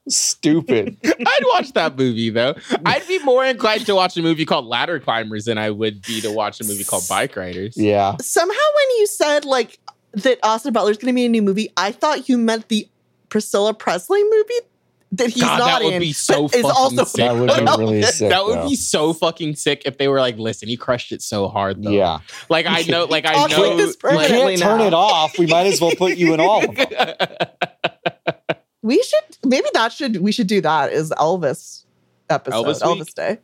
Stupid. I'd watch that movie though. I'd be more inclined to watch a movie called Ladder Climbers than I would be to watch a movie called Bike Riders. Yeah. Somehow, when you said like that Austin Butler's going to be in a new movie, I thought you meant the Priscilla Presley movie that he's God, not that would in. be so but is fucking also sick. That would be really sick. that would though. be so fucking sick if they were like, listen, he crushed it so hard though. Yeah. Like *laughs* I know, like I I'll know. click this We permanently *laughs* can't turn now. it off. We might as well put you in all *laughs* of them. We should maybe that should we should do that is Elvis episode Elvis Elvis, week? Day.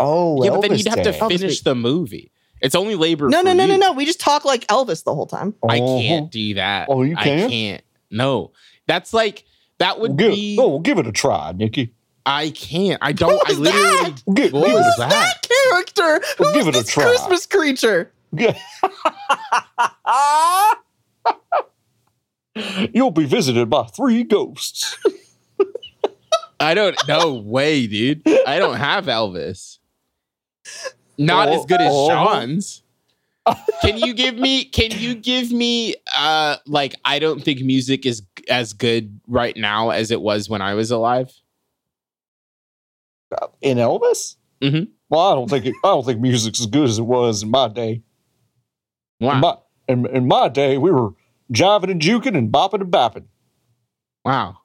Oh, yeah, but then Elvis you'd have Day. to Elvis finish the movie. It's only labor. No, for no, no, no, you. no. We just talk like Elvis the whole time. I Uh-huh. can't do that. Oh, you I can't? can't. No, that's like that would Give- be. oh, we'll give it a try, Nikki. I can't. I don't. What I was literally. We'll give, What give was it that? That character. Well, Who give is it a this try. Christmas creature? *laughs* a- You'll be visited by three ghosts. I don't. No way, dude. I don't have Elvis. Not Oh, as good as oh. Sean's. Can you give me? Can you give me? Uh, like I don't think music is as good right now as it was when I was alive. In Elvis? Mhm. Well, I don't think it, I don't think music's as good as it was in my day. Wow. In, my, in, in my day, we were jiving and juking and bopping and bopping. wow.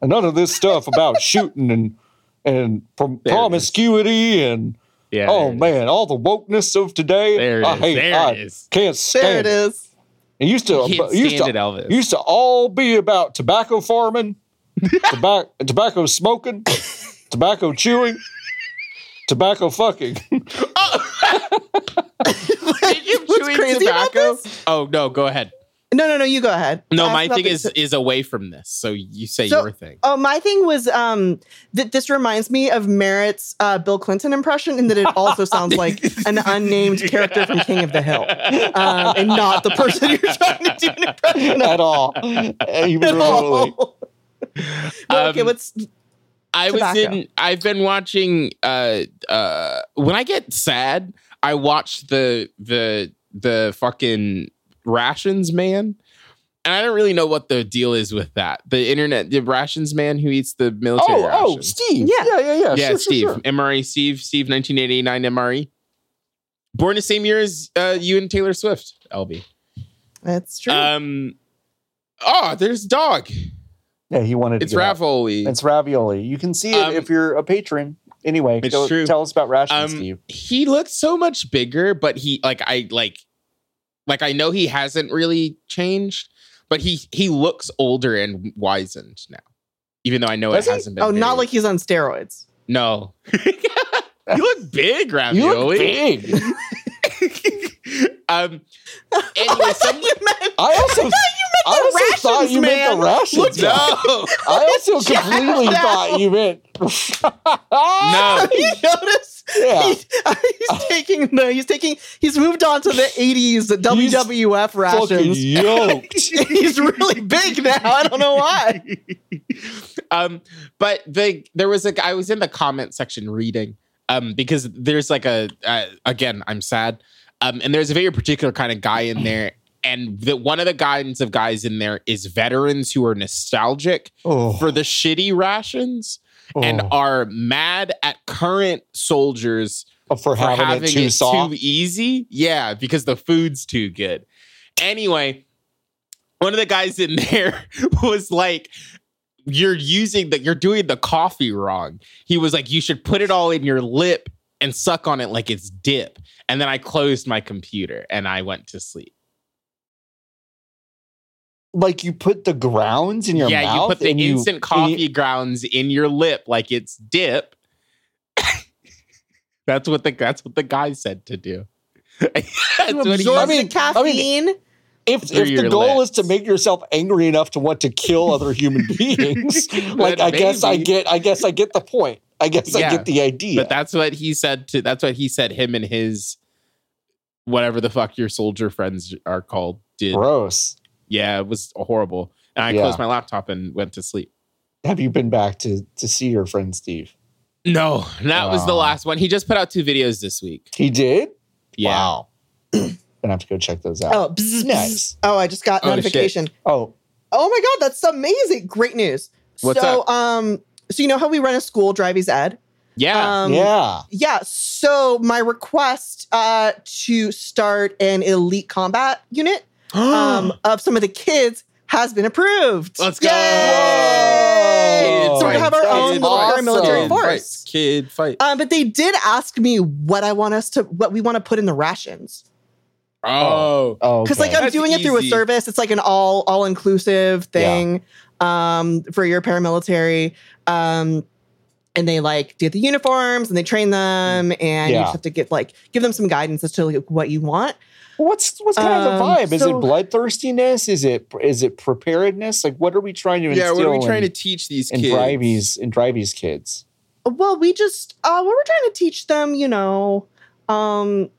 And none of this stuff *laughs* about shooting and and prom- There it is. promiscuity and Yeah. oh man, all the wokeness of today. There it I is. hate there I it is. can't There stand it is. It used to Can't it used stand to it, Elvis. *laughs* used to all be about tobacco farming, tobacco, tobacco smoking, tobacco chewing, tobacco fucking. Jacob *laughs* What's chewing crazy about tobacco? Oh no, go ahead. No, no, no. You go ahead. No, Ask my about thing the- is is away from this. So you say So- your thing. Oh, my thing was um, that this reminds me of Merritt's uh, Bill Clinton impression, and that it *laughs* also sounds like an unnamed character from King of the Hill, um, and not the person you're trying to do an impression *laughs* of. at all. Uh, you *laughs* at really- all. Well, okay, Um, what's I was tobacco. in. I've been watching. Uh, uh, when I get sad, I watch the the the fucking rations man. And I don't really know what the deal is with that. The internet, the rations man who eats the military Oh, oh, rations. Steve. Yeah. yeah, yeah. Yeah, yeah, sure, sure, Steve, sure. MRE, Steve, Steve, 1989 MRE. Born the same year as uh, you and Taylor Swift, LB. that's true. uh, Um, oh, there's dog. Yeah, he wanted It's to. get out. Ravioli. It's ravioli. You can see it Um, if you're a patron. Anyway, It's go- true. tell us about Ration Um, Steve. he looks so much bigger, but he like I like like I know he hasn't really changed, but he he looks older and wizened now. Even though I know Does it he? hasn't been. oh, very- not like he's on *laughs* steroids. no. you look big, You Ravioli. look big. *laughs* um. Anyway, *laughs* some, *laughs* you meant I *laughs* also, I also rations, thought you meant man. the rations. look, man. *laughs* no, I also *laughs* Shut completely up. thought you meant. *laughs* no. *laughs* you notice Yeah. *laughs* Uh, he's, *laughs* he's taking no, he's taking he's moved on to the 80s WWF Fucking rations. yoked. *laughs* he's really big now. I don't *laughs* know why. um, but the there was a g- I was in the comment section reading um because there's like a uh, again I'm sad um and there's a very particular kind of guy in there and the one of the kinds of guys in there is veterans who are nostalgic Oh, *laughs* for the shitty rations and oh. are mad at current soldiers Oh, for, for having, it too soft. too easy. Yeah, because the food's too good. Anyway, one of the guys in *laughs* there was like, "You're using the, you're doing the coffee wrong." He was like, "You should put it all in your lip and suck on it like it's dip." And then I closed my computer and I went to sleep. like you put the grounds in your yeah, mouth. you put the and instant and coffee you- grounds in your lip like it's dip. *laughs* that's what the that's what the guy said to do. *laughs* that's what he- absorb I mean- the caffeine. if through if the your goal is to lips. make yourself angry enough to want to kill other *laughs* human beings, like But I guess I maybe- get I guess I get the point. I guess I Yeah, get the idea. But that's what he said to that's what he said him and his whatever the fuck your soldier friends are called did. Gross. Yeah, it was horrible. And I Yeah. closed my laptop and went to sleep. Have you been back to to see your friend Steve? No, that was the Wow. last one. He just put out two videos this week. He did. Yeah. Wow. *clears throat* Gonna have to go check those out. Oh, bzz, bzz. Nice. oh, I just got Oh, shit. notification. Oh, Oh my god, that's amazing! Great news. What's so, um, so you know how we run a school, Drivey's Ed. *gasps* Yeah. Um, yeah. Yeah. So my request uh, to start an elite combat *gasps* unit um, of some of the kids has been approved. Let's go. Oh, Yay! Whoa. So we Right. have our That's own little awesome. paramilitary Kid force. Kid fight. Um, but they did ask me what I want us to, what we want to put in the rations. Oh. Oh, because okay. like I'm That's doing it through a easy. service. It's like an all all inclusive thing um, for your paramilitary, um, and they like get the uniforms and they train them, and you Yeah. just have to give like give them some guidance as to like, what you want. what's what's kind of the Um, vibe? Is so- it bloodthirstiness? Is it is it preparedness? Like, what are we trying to Yeah, instill? what are we trying to in, teach these in kids? Drivey's in Drivey's kids? Well, we just uh, well, we're trying to teach them, you know, um,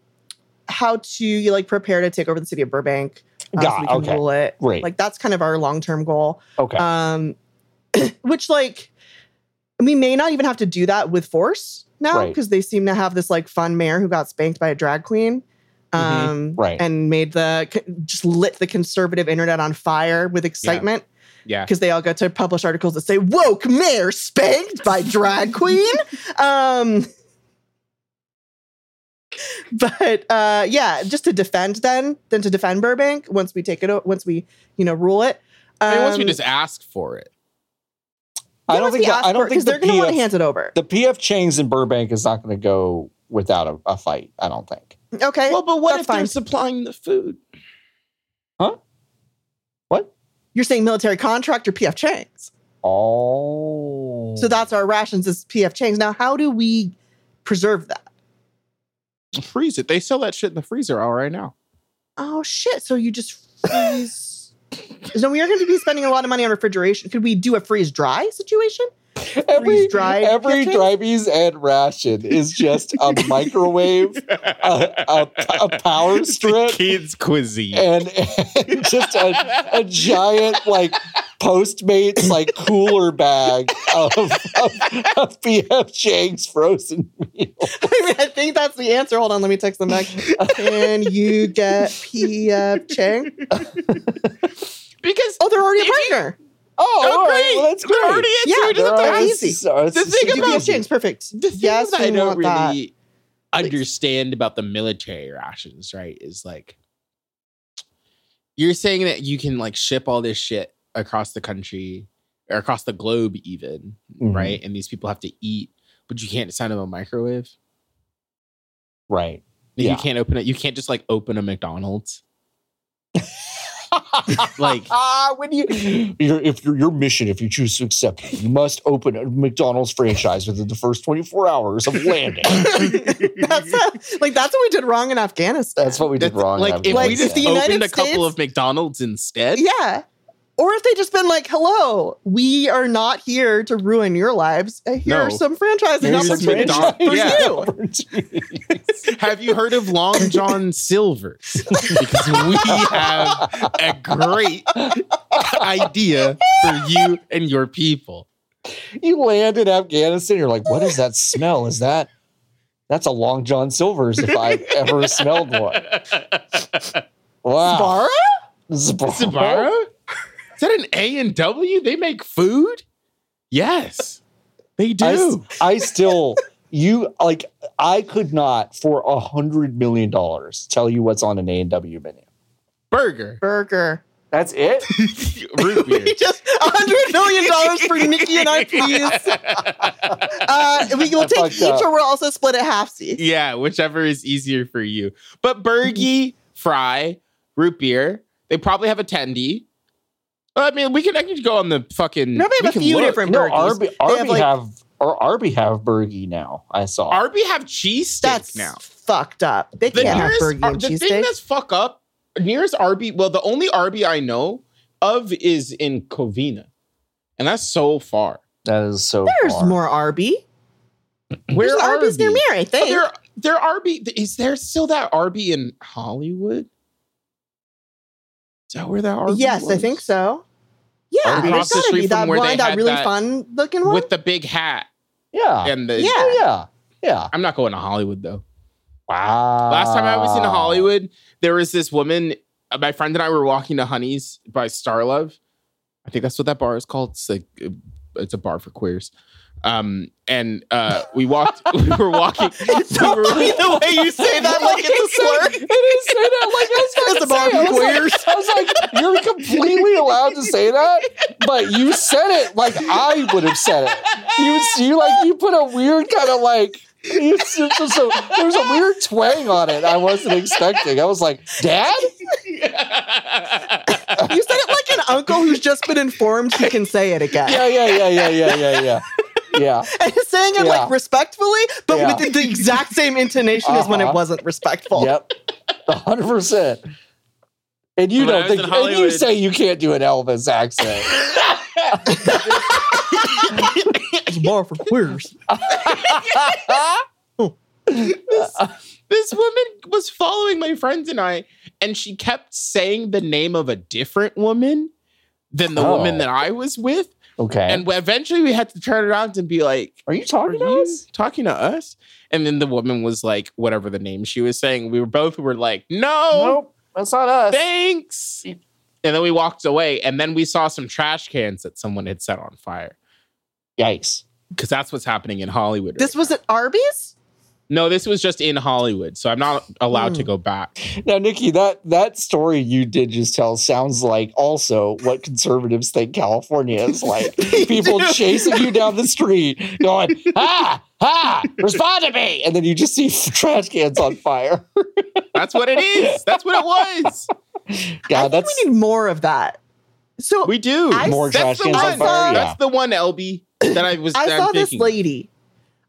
how to you like prepare to take over the city of Burbank. uh, so Got- we can okay. rule it. Great. Like that's kind of our long term goal. okay. um *clears throat* which like we may not even have to do that with force now Right. because they seem to have this like fun mayor who got spanked by a drag queen Mm-hmm. um Right. and made the just lit the conservative internet on fire with excitement Yeah. because they all got to publish articles that say woke mayor spanked by drag queen *laughs* um but uh yeah just to defend then then to defend burbank once we take it o- once we you know rule it um, I mean, once we just ask for it. I don't think that, I don't think because the they're going to want to PF hand it over. the PF Chang's in Burbank is not going to go without a, a fight. I don't think. okay. Well, but what That's if they're fine. supplying the food? What? You're saying military contract or PF Chang's. Oh, So that's our rations is PF Chang's. Now, how do we preserve that? Freeze it. They sell that shit in the freezer all right now. Oh, shit. So you just freeze. *laughs* so we are going to be spending a lot of money on refrigeration. Could we do a freeze dry situation? *laughs* every freeze-dried every PF Drivey's and ration is just *laughs* a microwave, a, a, a power It's *laughs* the strip, kids cuisine. and, and just a, a giant like Postmates like cooler bag of, of, of BF Chang's frozen meal. I mean, I think that's the answer. Hold on. Let me text them back. Can you get PF *laughs* Chang? because Oh, they're already a If you- partner. Oh, Oh, all right. great. Well, that's they're great. already into Yeah, it. they're Isn't that already- easy? uh, The thing Do PF about- Chang's. Perfect. The thing Yes, that I we don't want that. really understand about the military rations, right, is like you're saying that you can like ship all this shit across the country or across the globe, even, Mhm. right? And these people have to eat, but you can't send them a microwave. Right. Like, Yeah. You can't open it. You can't just like open a McDonald's. *laughs* *laughs* like, Ah, when you your if your your mission, if you choose to accept it, you must open a McDonald's franchise within the first 24 hours of *laughs* landing. that's like that's what we did wrong in Afghanistan. That's what we did that's- wrong. like Abby. if Like, we just the opened United a couple States- of McDonald's instead. Yeah. Or if they just been like, "Hello, we are not here to ruin your lives. Uh, Here are No. some franchising Here's some opportunities McDonald's. for Yeah. you." *laughs* Have you heard of Long John Silver's? Because we have a great idea for you and your people. you land in Afghanistan, you're like, what is that smell? Is that that's a Long John Silver's if I've ever smelled *laughs* one. Wow. Sbarra? Sbarra? Sabara? Is that an A and W? They make food? Yes, they I, s- do. I still you like I could not for a hundred million dollars tell you what's on an A and W menu. Burger, *laughs* Burger. That's *laughs* it. root beer. We *laughs* just hundred million dollars for Nikki and *laughs* I, please. Uh, we will I take fucked each, up. or we'll also split it halfsy. Yeah, whichever is easier for you. But Bergy, Fry, root beer, they probably have a tendy. I mean, we can actually go on the fucking. No, they have we a can few look. different No, burgers. Arby, have, Arby have, like- or Arby have burgie now. I saw. Arby have cheese That's sticks now. fucked up. They The can't have nearest, burger Ar- and the thing cheesesteak. that's fuck up nearest Arby. Well, the only Arby I know of is in Covina, and that's so far. that is so. There's far. more Arby. Where There's are Oh, Arby's near me, I think. there, there Arby. Is there still that Arby in Hollywood? Is that where that Arby? yes, I was? think so. Yeah, Arby's there's across the gotta be street from that where they one, that had really that- fun looking one. With the big hat Yeah. and the. Yeah. Oh, yeah. Yeah. I'm not going to Hollywood though. Wow. Last time I Ah. was in Hollywood, there was this woman. uh, My friend and I were walking to Honey's by Starlove. I think that's what that bar is called. It's like uh, it's a bar for queers. Um, and uh, we walked. *laughs* we were *laughs* walking. we so were- funny the way you *laughs* *laughs* say that like it's a slur. It is. Say that like I was It's a about to say, I barbecue was, like, I was like, you're completely allowed to say that, but you said it like I would have said it. You you like you put a weird kind of like. You, so, so, so there was a weird twang on it. I wasn't expecting. I was like, "Dad, *laughs* You said it like an uncle who's just been informed he can say it again. yeah, yeah, yeah, yeah, yeah, yeah, yeah, yeah." *laughs* And he's saying it Yeah. like respectfully, but Yeah. with the, the exact same intonation as when it Uh-huh. wasn't respectful. *laughs* Yep, hundred percent. And you When I don't was think, in and you Hollywood- say you can't do an Elvis accent. *laughs* It's a bar for queers. *laughs* this woman was following my friends and I, and she kept saying the name of a different woman than the Oh. woman that I was with. okay. And eventually, we had to turn around and be like, Are you "Are talking to you us? talking to us?" And then the woman was like, whatever the name she was saying, we were both were like, "No, Nope, that's not us. thanks." And then we walked away, and then we saw some trash cans that someone had set on fire Yikes. because that's what's happening in Hollywood. This right was at now. Arby's? no, this was just in Hollywood, so I'm not allowed to Hmm. go back. Now, Nikki, that that story you did just tell sounds like also what conservatives think California is like. People do. chasing you down the street, going, "Ah, ah, respond to me!" And then you just see *laughs* trash cans on fire. That's what it is. That's what it *laughs* was. God, I think that's we need more of that. So Uh, We do. I more trash That's the cans on one. fire. Yeah. That's the one, LB. That I was. I that saw I'm this thinking. lady.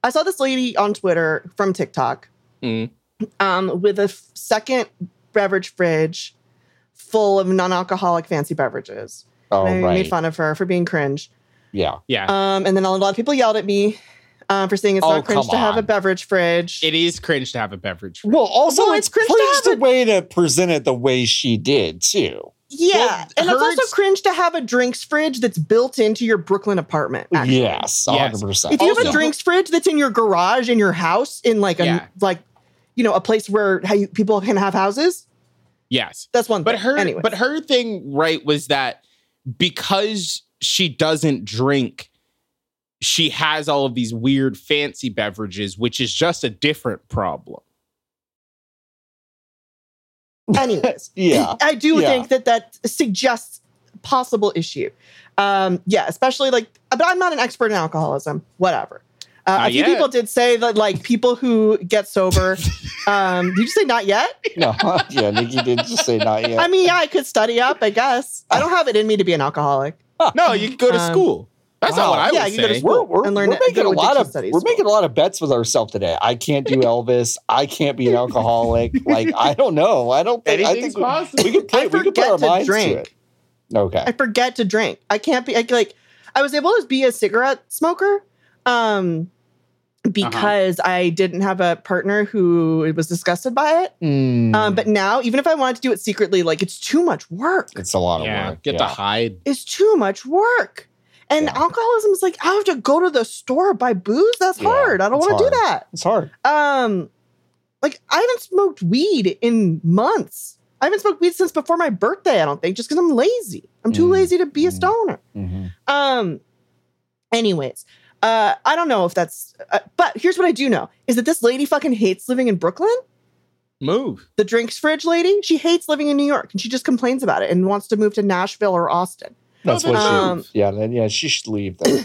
I saw this lady on Twitter from TikTok Mm. um, with a f- second beverage fridge full of non-alcoholic fancy beverages. Oh, and I made right. fun of her for being cringe. Yeah. Yeah, Um, and then a lot of people yelled at me um, for saying it's Oh, not cringe come to have a on. beverage fridge. it is cringe to have a beverage. Well, also, Well, it's it's cringe cringe to have the way to present it the way she did, too. yeah, Well, and it's also hers- cringe to have a drinks fridge that's built into your Brooklyn apartment. actually. Yes, Yes. 100%. If you have a Also- drinks fridge that's in your garage in your house in like a Yeah. like you know a place where how you, people can have houses, Yes, that's one but thing. her, Anyways. but her thing right was that because she doesn't drink, she has all of these weird fancy beverages, which is just a different problem. Anyways, *laughs* Yeah. I do Yeah. think that that suggests possible issue. Um, yeah, especially like, but I'm not an expert in alcoholism. Whatever. Uh, a Not few yet. people did say that like people who get *laughs* sober. um, did you say not yet? *laughs* No, *laughs* yeah, Nikki did just say not yet. I mean, yeah, I could study up, I guess. I don't have it in me to be an alcoholic. No, you can go to Um, school. That's not wow. what I Yeah, was you can go to saying. school. we're, we're, and learn we're to making go a to lot kitchen of studies. we're making a lot of bets with ourselves today. I can't do Elvis. I can't be an *laughs* alcoholic. Like I don't know. I don't think. I Anything's think we, possible. we could I play. We could put forget our to minds drink. to it. Okay. I um, forget to drink. I can't be I, like I was able to be a cigarette smoker um Uh-huh. because I didn't have a partner who was disgusted by it. Mm, Um but now even if I wanted to do it secretly like it's too much work. it's a lot of yeah, work. get to yeah. hide. It's too much work. And Yeah. alcoholism is like I have to go to the store buy booze. That's Yeah, hard. I don't it's want to do hard. that. It's hard. um like i haven't smoked weed in months i haven't smoked weed since before my birthday i don't think just because i'm lazy i'm too Mm. lazy to be a Mm. stoner Mhm. um anyways uh i don't know if that's uh, but here's what i do know is that this lady fucking hates living in brooklyn Move. the drinks fridge lady she hates living in new york and she just complains about it and wants to move to nashville or austin That's what she. Um, yeah. Then yeah, she should leave. Then.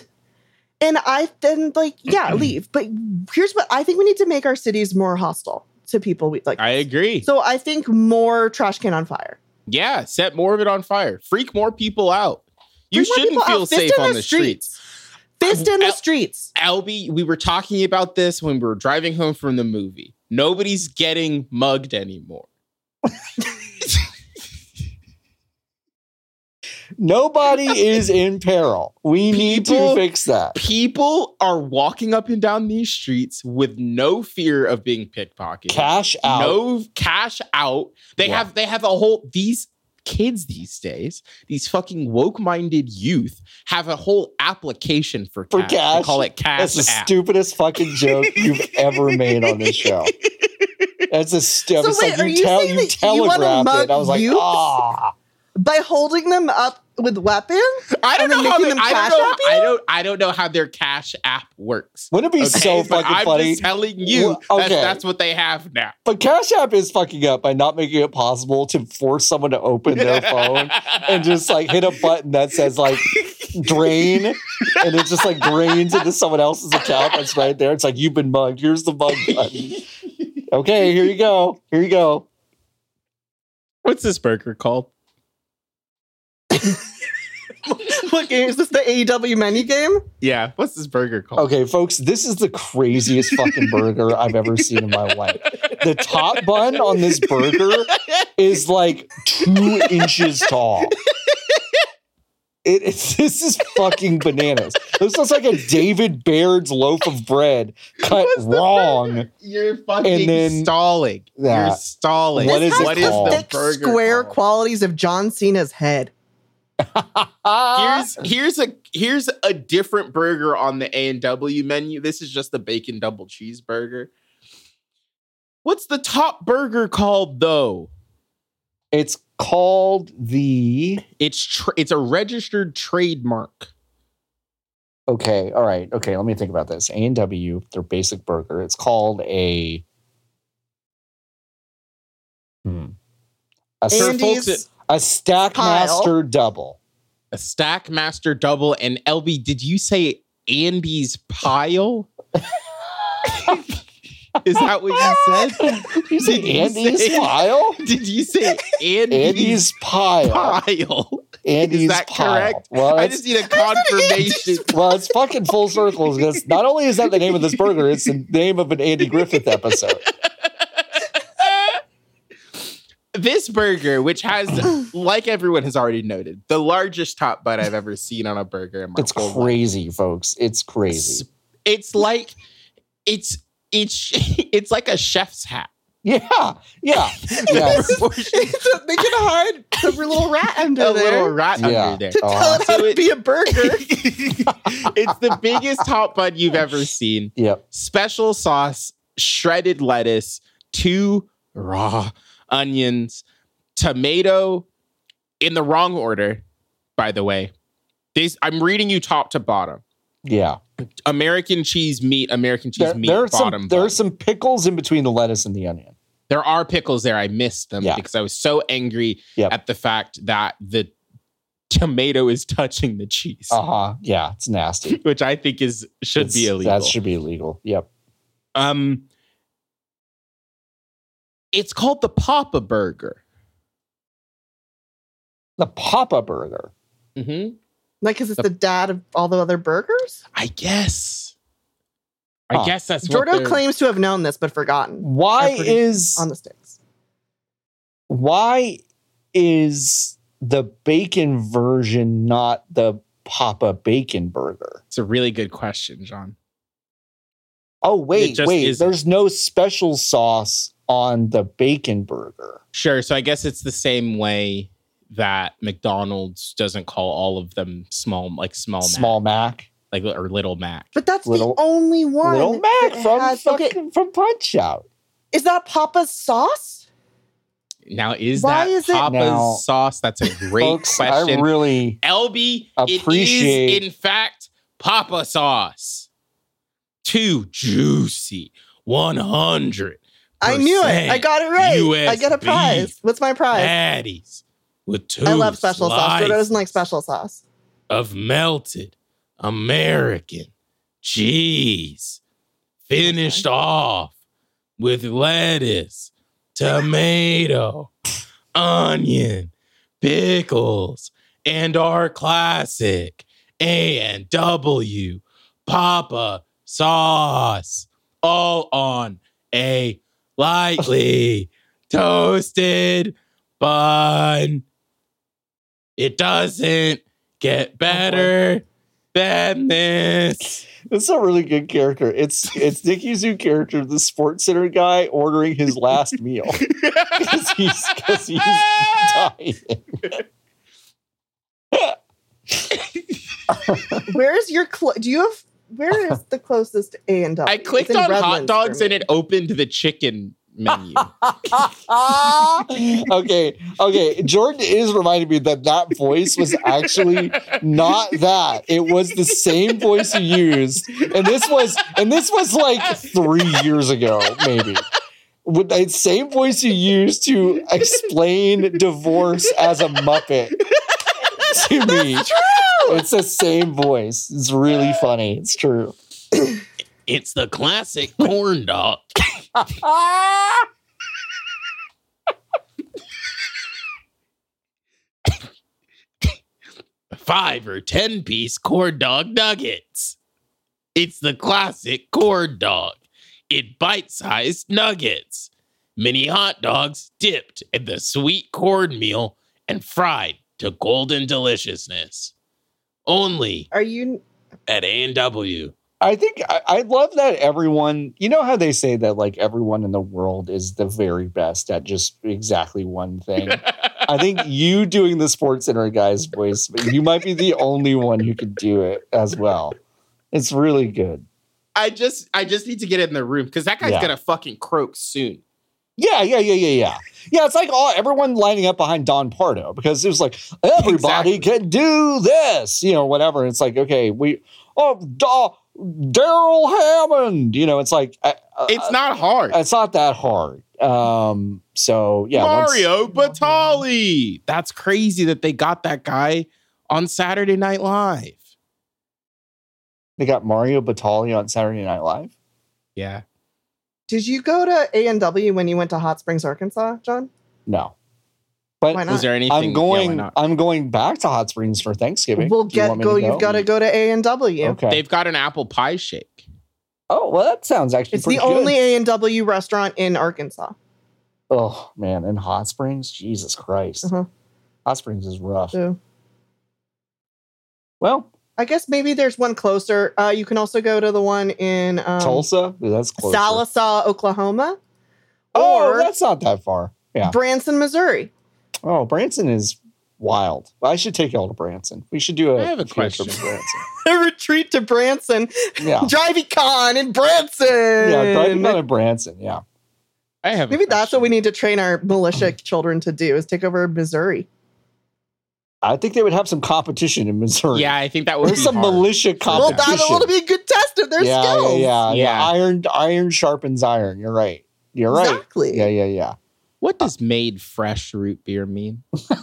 and i then like *clears throat* yeah leave but here's what i think we need to make our cities more hostile to people we like I agree. so i think more trash can on fire yeah, set more of it on fire. Freak more people out. You We want shouldn't people feel out. Fist safe in on the the streets. Fist in the Out. streets. Albie, we were talking about this when we were driving home from the movie. Nobody's getting mugged anymore. Nobody is in peril. We need to People- fix that. People are walking up and down these streets with no fear of being pickpocketed. Cash out. No cash out. They Yeah. have they have a whole these kids these days, these fucking woke-minded youth have a whole application for, For They cash? call it cash That's the app. stupidest fucking joke *laughs* you've ever made on this show. That's a stupid. So it's wait, like are you, you tell saying you that you wanna telegraphed it. mug I was like, youths? ah, By holding them up *laughs* with weapons? I don't And then know how making they, them I Cash don't know, App I don't I don't know how their cash app *laughs* works. wouldn't it be so Okay, but fucking I'm funny? just telling you, Well, that's, okay. that's what they have now. But Cash App is fucking up by not making it possible to force someone to open *laughs* *laughs* their phone and just like hit a button that says like drain and it just like drains into someone else's account that's right there. It's like you've been mugged. Here's the mug button. Okay, here you go. Here you go. What's this burger called? What game is this? The AEW menu game? Yeah, what's this burger called? Okay, folks, this is the craziest fucking burger I've ever seen in my life. The top bun on this burger is like two inches tall. It, it's, this is fucking bananas. This looks like a David Baird's loaf of bread cut What's the wrong. *laughs* You're fucking And then- stalling. Yeah. You're stalling. What This is it has What the is called? thick square called? qualities of John Cena's head? Here's Ah. here's a here's a different burger on the A and W menu. This is just the bacon double cheeseburger. What's the top burger called though? It's called the. It's tr it's a registered trademark. Okay, all right. Okay, let me think about this. A and W, their basic burger. It's called a. Hmm. A, Sir, s- folks, Andy's a Stackmaster *laughs* double. A Stackmaster double and LB, did you say Andy's *laughs* pile? Is that what you said? *laughs* You say Did you Andy's say- *laughs* pile? Did you say Andy's, Andy's pile. pile? Andy's Is that pile. correct? Well, I it's, just need a confirmation. *laughs* well, it's fucking full circles because not only is that the name of this burger, it's the name of an Andy Griffith *laughs* episode. this burger, *clears throat* which has, like everyone has already noted, the largest top bun I've ever seen on a burger in my It's whole life. crazy, folks. It's crazy. It's, it's like it's it's *laughs* it's like a chef's hat. Yeah, *laughs* yeah, yes. *laughs* Proportioned they can hide the *laughs* little rat under a there little rat Yeah. under there. to tell Oh. it how So to it- be *laughs* a burger. *laughs* it's the biggest hot bun you've ever seen. Yep. Special sauce, shredded lettuce, two raw onions, tomato in the wrong order, by the way. These I'm reading you top to bottom. Yeah. American cheese meat, American cheese There, meat, there are bottom. some, there bun. are some pickles in between the lettuce and the onion. There are pickles there. I missed them Yeah. because I was so angry Yep. at the fact that the tomato is touching the cheese, Uh huh. Yeah, it's nasty. *laughs* which I think is *laughs* should It's- be illegal. That should be illegal. Yep. Um, it's called the Papa Burger. The Papa burger. Mm-hmm. like, because it's the dad of all the other burgers? I guess. I Huh. guess that's what Jordo they're- claims to have known this, but forgotten Why They're pretty is on the sticks. why is the bacon version not the Papa Bacon Burger? It's a really good question, John. Oh wait, just wait. isn't. There's no special sauce on the bacon burger. Sure. So I guess it's the same way that McDonald's doesn't call all of them small, like small, Small Mac, Mac, like or Little Mac. But that's Little- the only one. Little that Mac from has- okay, fucking, from Punch Out. is that Papa's sauce? Now, is Why that is it- Papa's Now- sauce? That's a great Folks, question. I really LB Appreciate- It is, in fact, Papa Sauce. Too juicy. 100. I knew it. I got it right. I get a USB. prize. What's my prize? Patties with two I love special sauce. Jordo slices doesn't like special sauce. of melted American cheese, finished off with lettuce, tomato, onion, pickles, and our classic A and W Papa Sauce, all on a lightly toasted bun. It doesn't get better than *laughs* this. It's a really good character. It's it's Nick Yuzu character, the Sports Center guy, ordering his last meal *laughs* because he's because *laughs* he's dying. Where is your clo- do you have where is the closest A and W? I clicked It's in on hot Redlands for dogs me. and it opened the chicken *laughs* menu. *laughs* okay, okay. Jordan is reminding me that that voice was actually not that. It was the same voice you used, and this was and this was like three years ago, maybe. With the same voice you used to explain divorce as a Muppet to me. It's the same voice. It's really funny. It's true. it's the classic *laughs* corn dog. Five or ten piece corn dog nuggets. It's the classic corn dog. It bite sized nuggets. Mini hot dogs dipped in the sweet cornmeal and fried to golden deliciousness. Only Are you at A&W. I think I, I love that everyone, you know how they say that like everyone in the world is the very best at just exactly one thing. I think you doing the sports center *laughs* guy's voice, but you might be the only one who could do it as well. It's really good. I just I just need to get in the room because that guy's Yeah. gonna fucking croak soon. Yeah, yeah, yeah, yeah, yeah. Yeah, it's like all everyone lining up behind Don Pardo because it was like everybody Exactly. can do this, you know, whatever. It's like okay, we oh Da- Daryl Hammond, you know, it's like uh, uh, It's not hard. it's not that hard. Um, so *laughs* yeah, once- Mario Batali. That's crazy that they got that guy on Saturday Night Live. they got Mario Batali on Saturday Night Live. Yeah. did you go to A and W when you went to Hot Springs, Arkansas, John? No, Why but not? Was there anything? I'm yeah, why going. not? I'm going back to Hot Springs for Thanksgiving. We'll Do you get want me go. You've got to go to A and W. Okay. They've got an apple pie shake. oh well, that sounds actually. It's the pretty good. only A and W restaurant in Arkansas. Oh man, in Hot Springs, Jesus Christ, Uh-huh. Hot Springs is rough. So Well, I guess maybe there's one closer. Uh, you can also go to the one in um, Tulsa, that's close. Salisaw, Oklahoma, Oh, or that's not that far. Yeah. Branson, Missouri. *laughs* Oh, Branson is wild. I should take y'all to Branson. We should do a. I have a field trip to question. Branson. A retreat to Branson, *laughs* Yeah. Drivey Con in Branson. Yeah, driving down to Branson. Yeah. I have a Maybe that's what we question. need to train our Um, militia children to do is take over Missouri. I think they would have some competition in Missouri. Yeah, I think that would be There's some hard. militia Well, competition. that will be a good test of their yeah, skills. yeah, yeah, yeah, Yeah. Iron iron sharpens iron. You're right. You're right. Exactly. Yeah, yeah, *laughs* yeah. What does made fresh root beer mean? what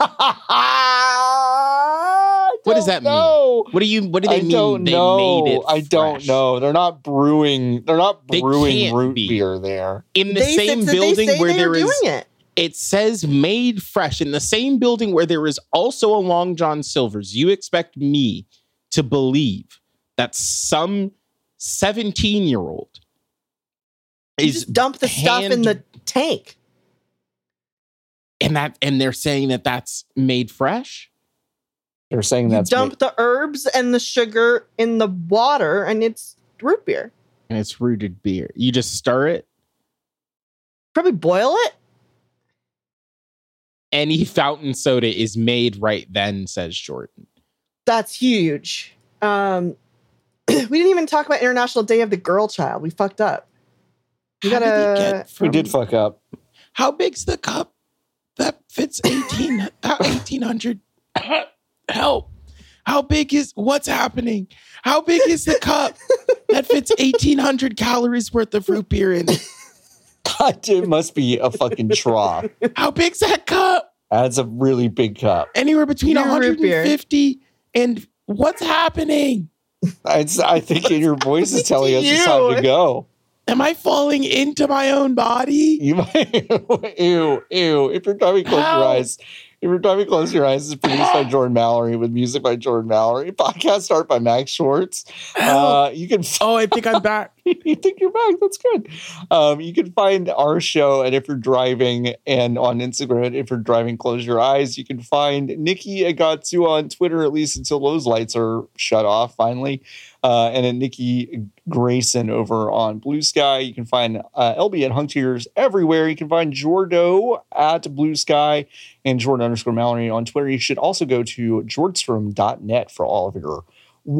does that mean? What do you? What do they I mean? don't they know. made it. I don't fresh? know. They're not brewing. They're not They brewing can't root be. beer there. In the They said- same they building say where they are there is doing it. it says made fresh in the same building where there is also a Long John Silver's. You expect me to believe that some 17 year old You is just dump the stuff in hand- the tank. and that and they're saying that that's made fresh? They're saying You that's dump the herbs and the sugar in the water, and it's root beer. And it's rooted beer. You just stir it. Probably boil it. Any fountain soda is made right then, says Jordan. That's huge. Um, *clears throat* we didn't even talk about International Day of the Girl Child. We fucked up. You How did they gotta- get we from- did fuck up. *laughs* How big's the cup that fits 18, *laughs* uh, 1800? Help. How big is what's happening? How big is the cup that fits 1800 calories worth of root beer in it? God, it must be a fucking trough. How big's that cup? That's a really big cup. Anywhere between Your root beer. 150 and what's happening? It's, I think your voice is telling us it's You. time to go. Am I falling into my own body? You might *laughs* ew, ew. If you're driving close your How? eyes, if you're driving close your eyes is produced by Jordan Mallory with music by Jordan Mallory. Podcast art by Max Schwartz. Uh, you can oh, I think I'm back. *laughs* you think you're back. That's good. Um, you can find our show at If You're Driving and on Instagram at If You're Driving Close Your Eyes. You can find Nikki Agatsu on Twitter, at least until those lights are shut off finally. Uh, and at Nikki Grayson over on Blue Sky. You can find uh, LB at Hunk Tears everywhere. You can find Jordo at Blue Sky and Jordan underscore Mallory on Twitter. You should also go to jordstrom.net for all of your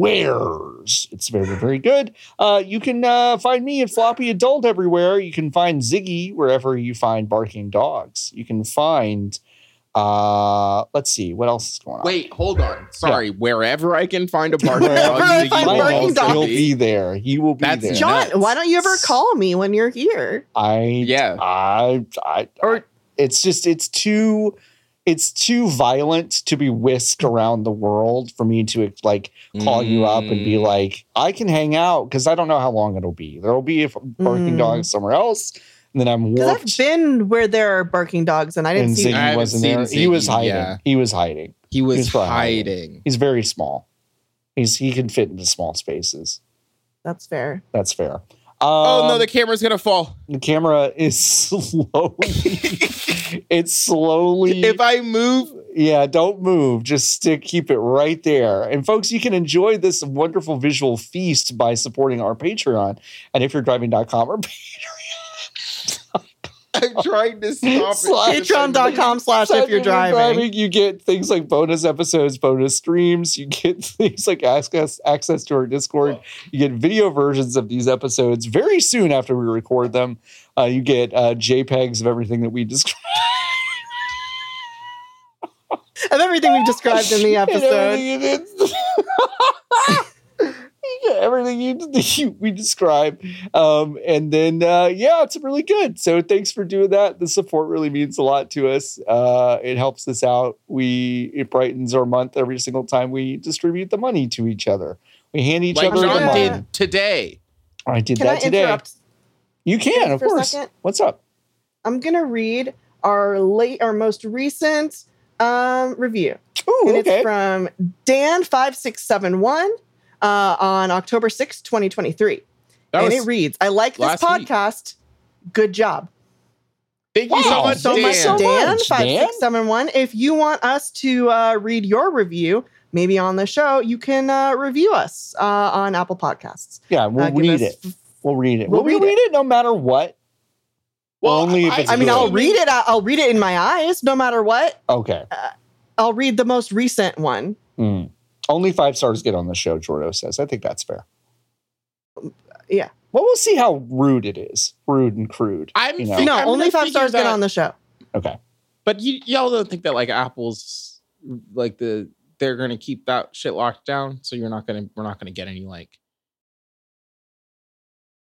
wares. It's very, very good. Uh, you can uh, find me at Floppy Adult everywhere. You can find Ziggy wherever you find barking dogs. You can find, uh, let's see, what else is going on? *laughs* Wait, hold on. Sorry, wherever I can find a *laughs* barking Wherever dog, I Ziggy find will My barking also house, dog. He'll be there. He will be That's there. John- John, why don't you ever call me when you're here? I Yeah. I I or it's just it's too it's too violent to be whisked around the world for me to like call you up and be Mm. like, I can hang out because I don't know how long it'll be. There'll be a barking Mm. dog somewhere else, and then I'm Because I've warped. been where there are barking dogs and I didn't And see I Ziggy haven't wasn't seen there. He was Ziggy, hiding. yeah. He was hiding. He was He's probably hiding. He's very small. He's he can fit into small spaces. That's fair. That's fair. Oh no, Um, the camera's gonna fall. the camera is *laughs* slowly. it's slowly. If I move, Yeah, don't move. Just stick, keep it right there. And folks, you can enjoy this wonderful visual feast by supporting our Patreon at ifyou'redriving.com or *laughs* I'm trying to stop it. Patreon.com slash if you're driving. You get things like bonus episodes, bonus streams. You get *laughs* things like access access to our Discord. You get video versions of these episodes very soon after we record them. Uh, you get uh, JPEGs of everything that we *laughs* describe. Of everything we've described *laughs* in the And episode. Everything, it is. Yeah, everything *laughs* you, *laughs* you- we describe, um, and then uh, yeah, it's really good. So thanks for doing that. The support really means a lot to us. Uh, it helps us out. We it brightens our month every single time we distribute the money to each other. We hand each Like other the John money. did. today. I did Can that I today. interrupt? You can, of for a course. second? What's up? I'm gonna read our late our most recent um review. Ooh, and okay. it's from Dan5671 uh, on October sixth, 2023. That and was, it reads I like last this week. podcast. Good job. thank you so Wow, much, so Dan. much, so Dan. much, Five Dan. six seven one. If you want us to uh, read your review, maybe on the show, you can uh, review us uh, on Apple Podcasts. yeah, we'll Uh, give read it. us- We'll read it. We'll Will we read read, it. it no matter what? only if it's I mean, good. I'll read it. I- I'll read it in my eyes, no matter what. Okay. I'll read the most recent one. Mm. Only five stars get on the show, Jordo says. I think that's fair. yeah. Well, we'll see how rude it is. Rude and *laughs* crude. I'm you know. think- No, I'm only gonna five figure stars that- get on the show. Okay. But you, y'all don't think that like Apple's like the they're gonna keep that shit locked down, so you're not gonna we're not gonna get any like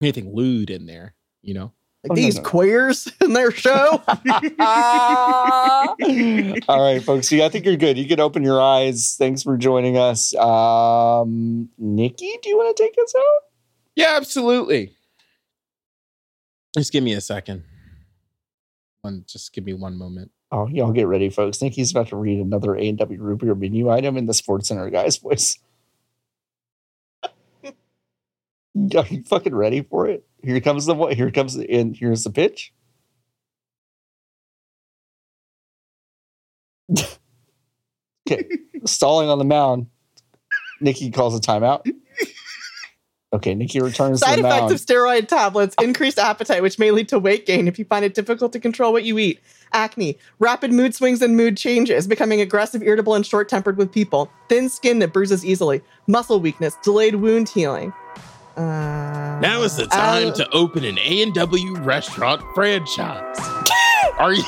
anything lewd in there, you know? Like Oh, no, these no, no. queers *laughs* in *laughs* their show. All right, folks. You, I think you're good. You can open your eyes. Thanks for joining us. Um, Nikki, do you want to take us out? Yeah, absolutely. Just give me a second. One, just give me one moment. Oh, y'all get ready, folks. Nikki's about to read another A and W root beer menu item in the Sports Center guy's *laughs* voice. Are you fucking ready for it? Here comes the one. Here comes the, and here's the pitch. *laughs* okay, stalling on the mound. Nikki calls a timeout. Okay, Nikki returns Side to the effects mound. of steroid tablets increased appetite, which may lead to weight gain if you find it difficult to control what you eat. Acne, rapid mood swings and mood changes, becoming aggressive, irritable, and short tempered with people. Thin skin that bruises easily. Muscle weakness, delayed wound healing. Uh, Now is the time uh, to open an A&W restaurant franchise. Are you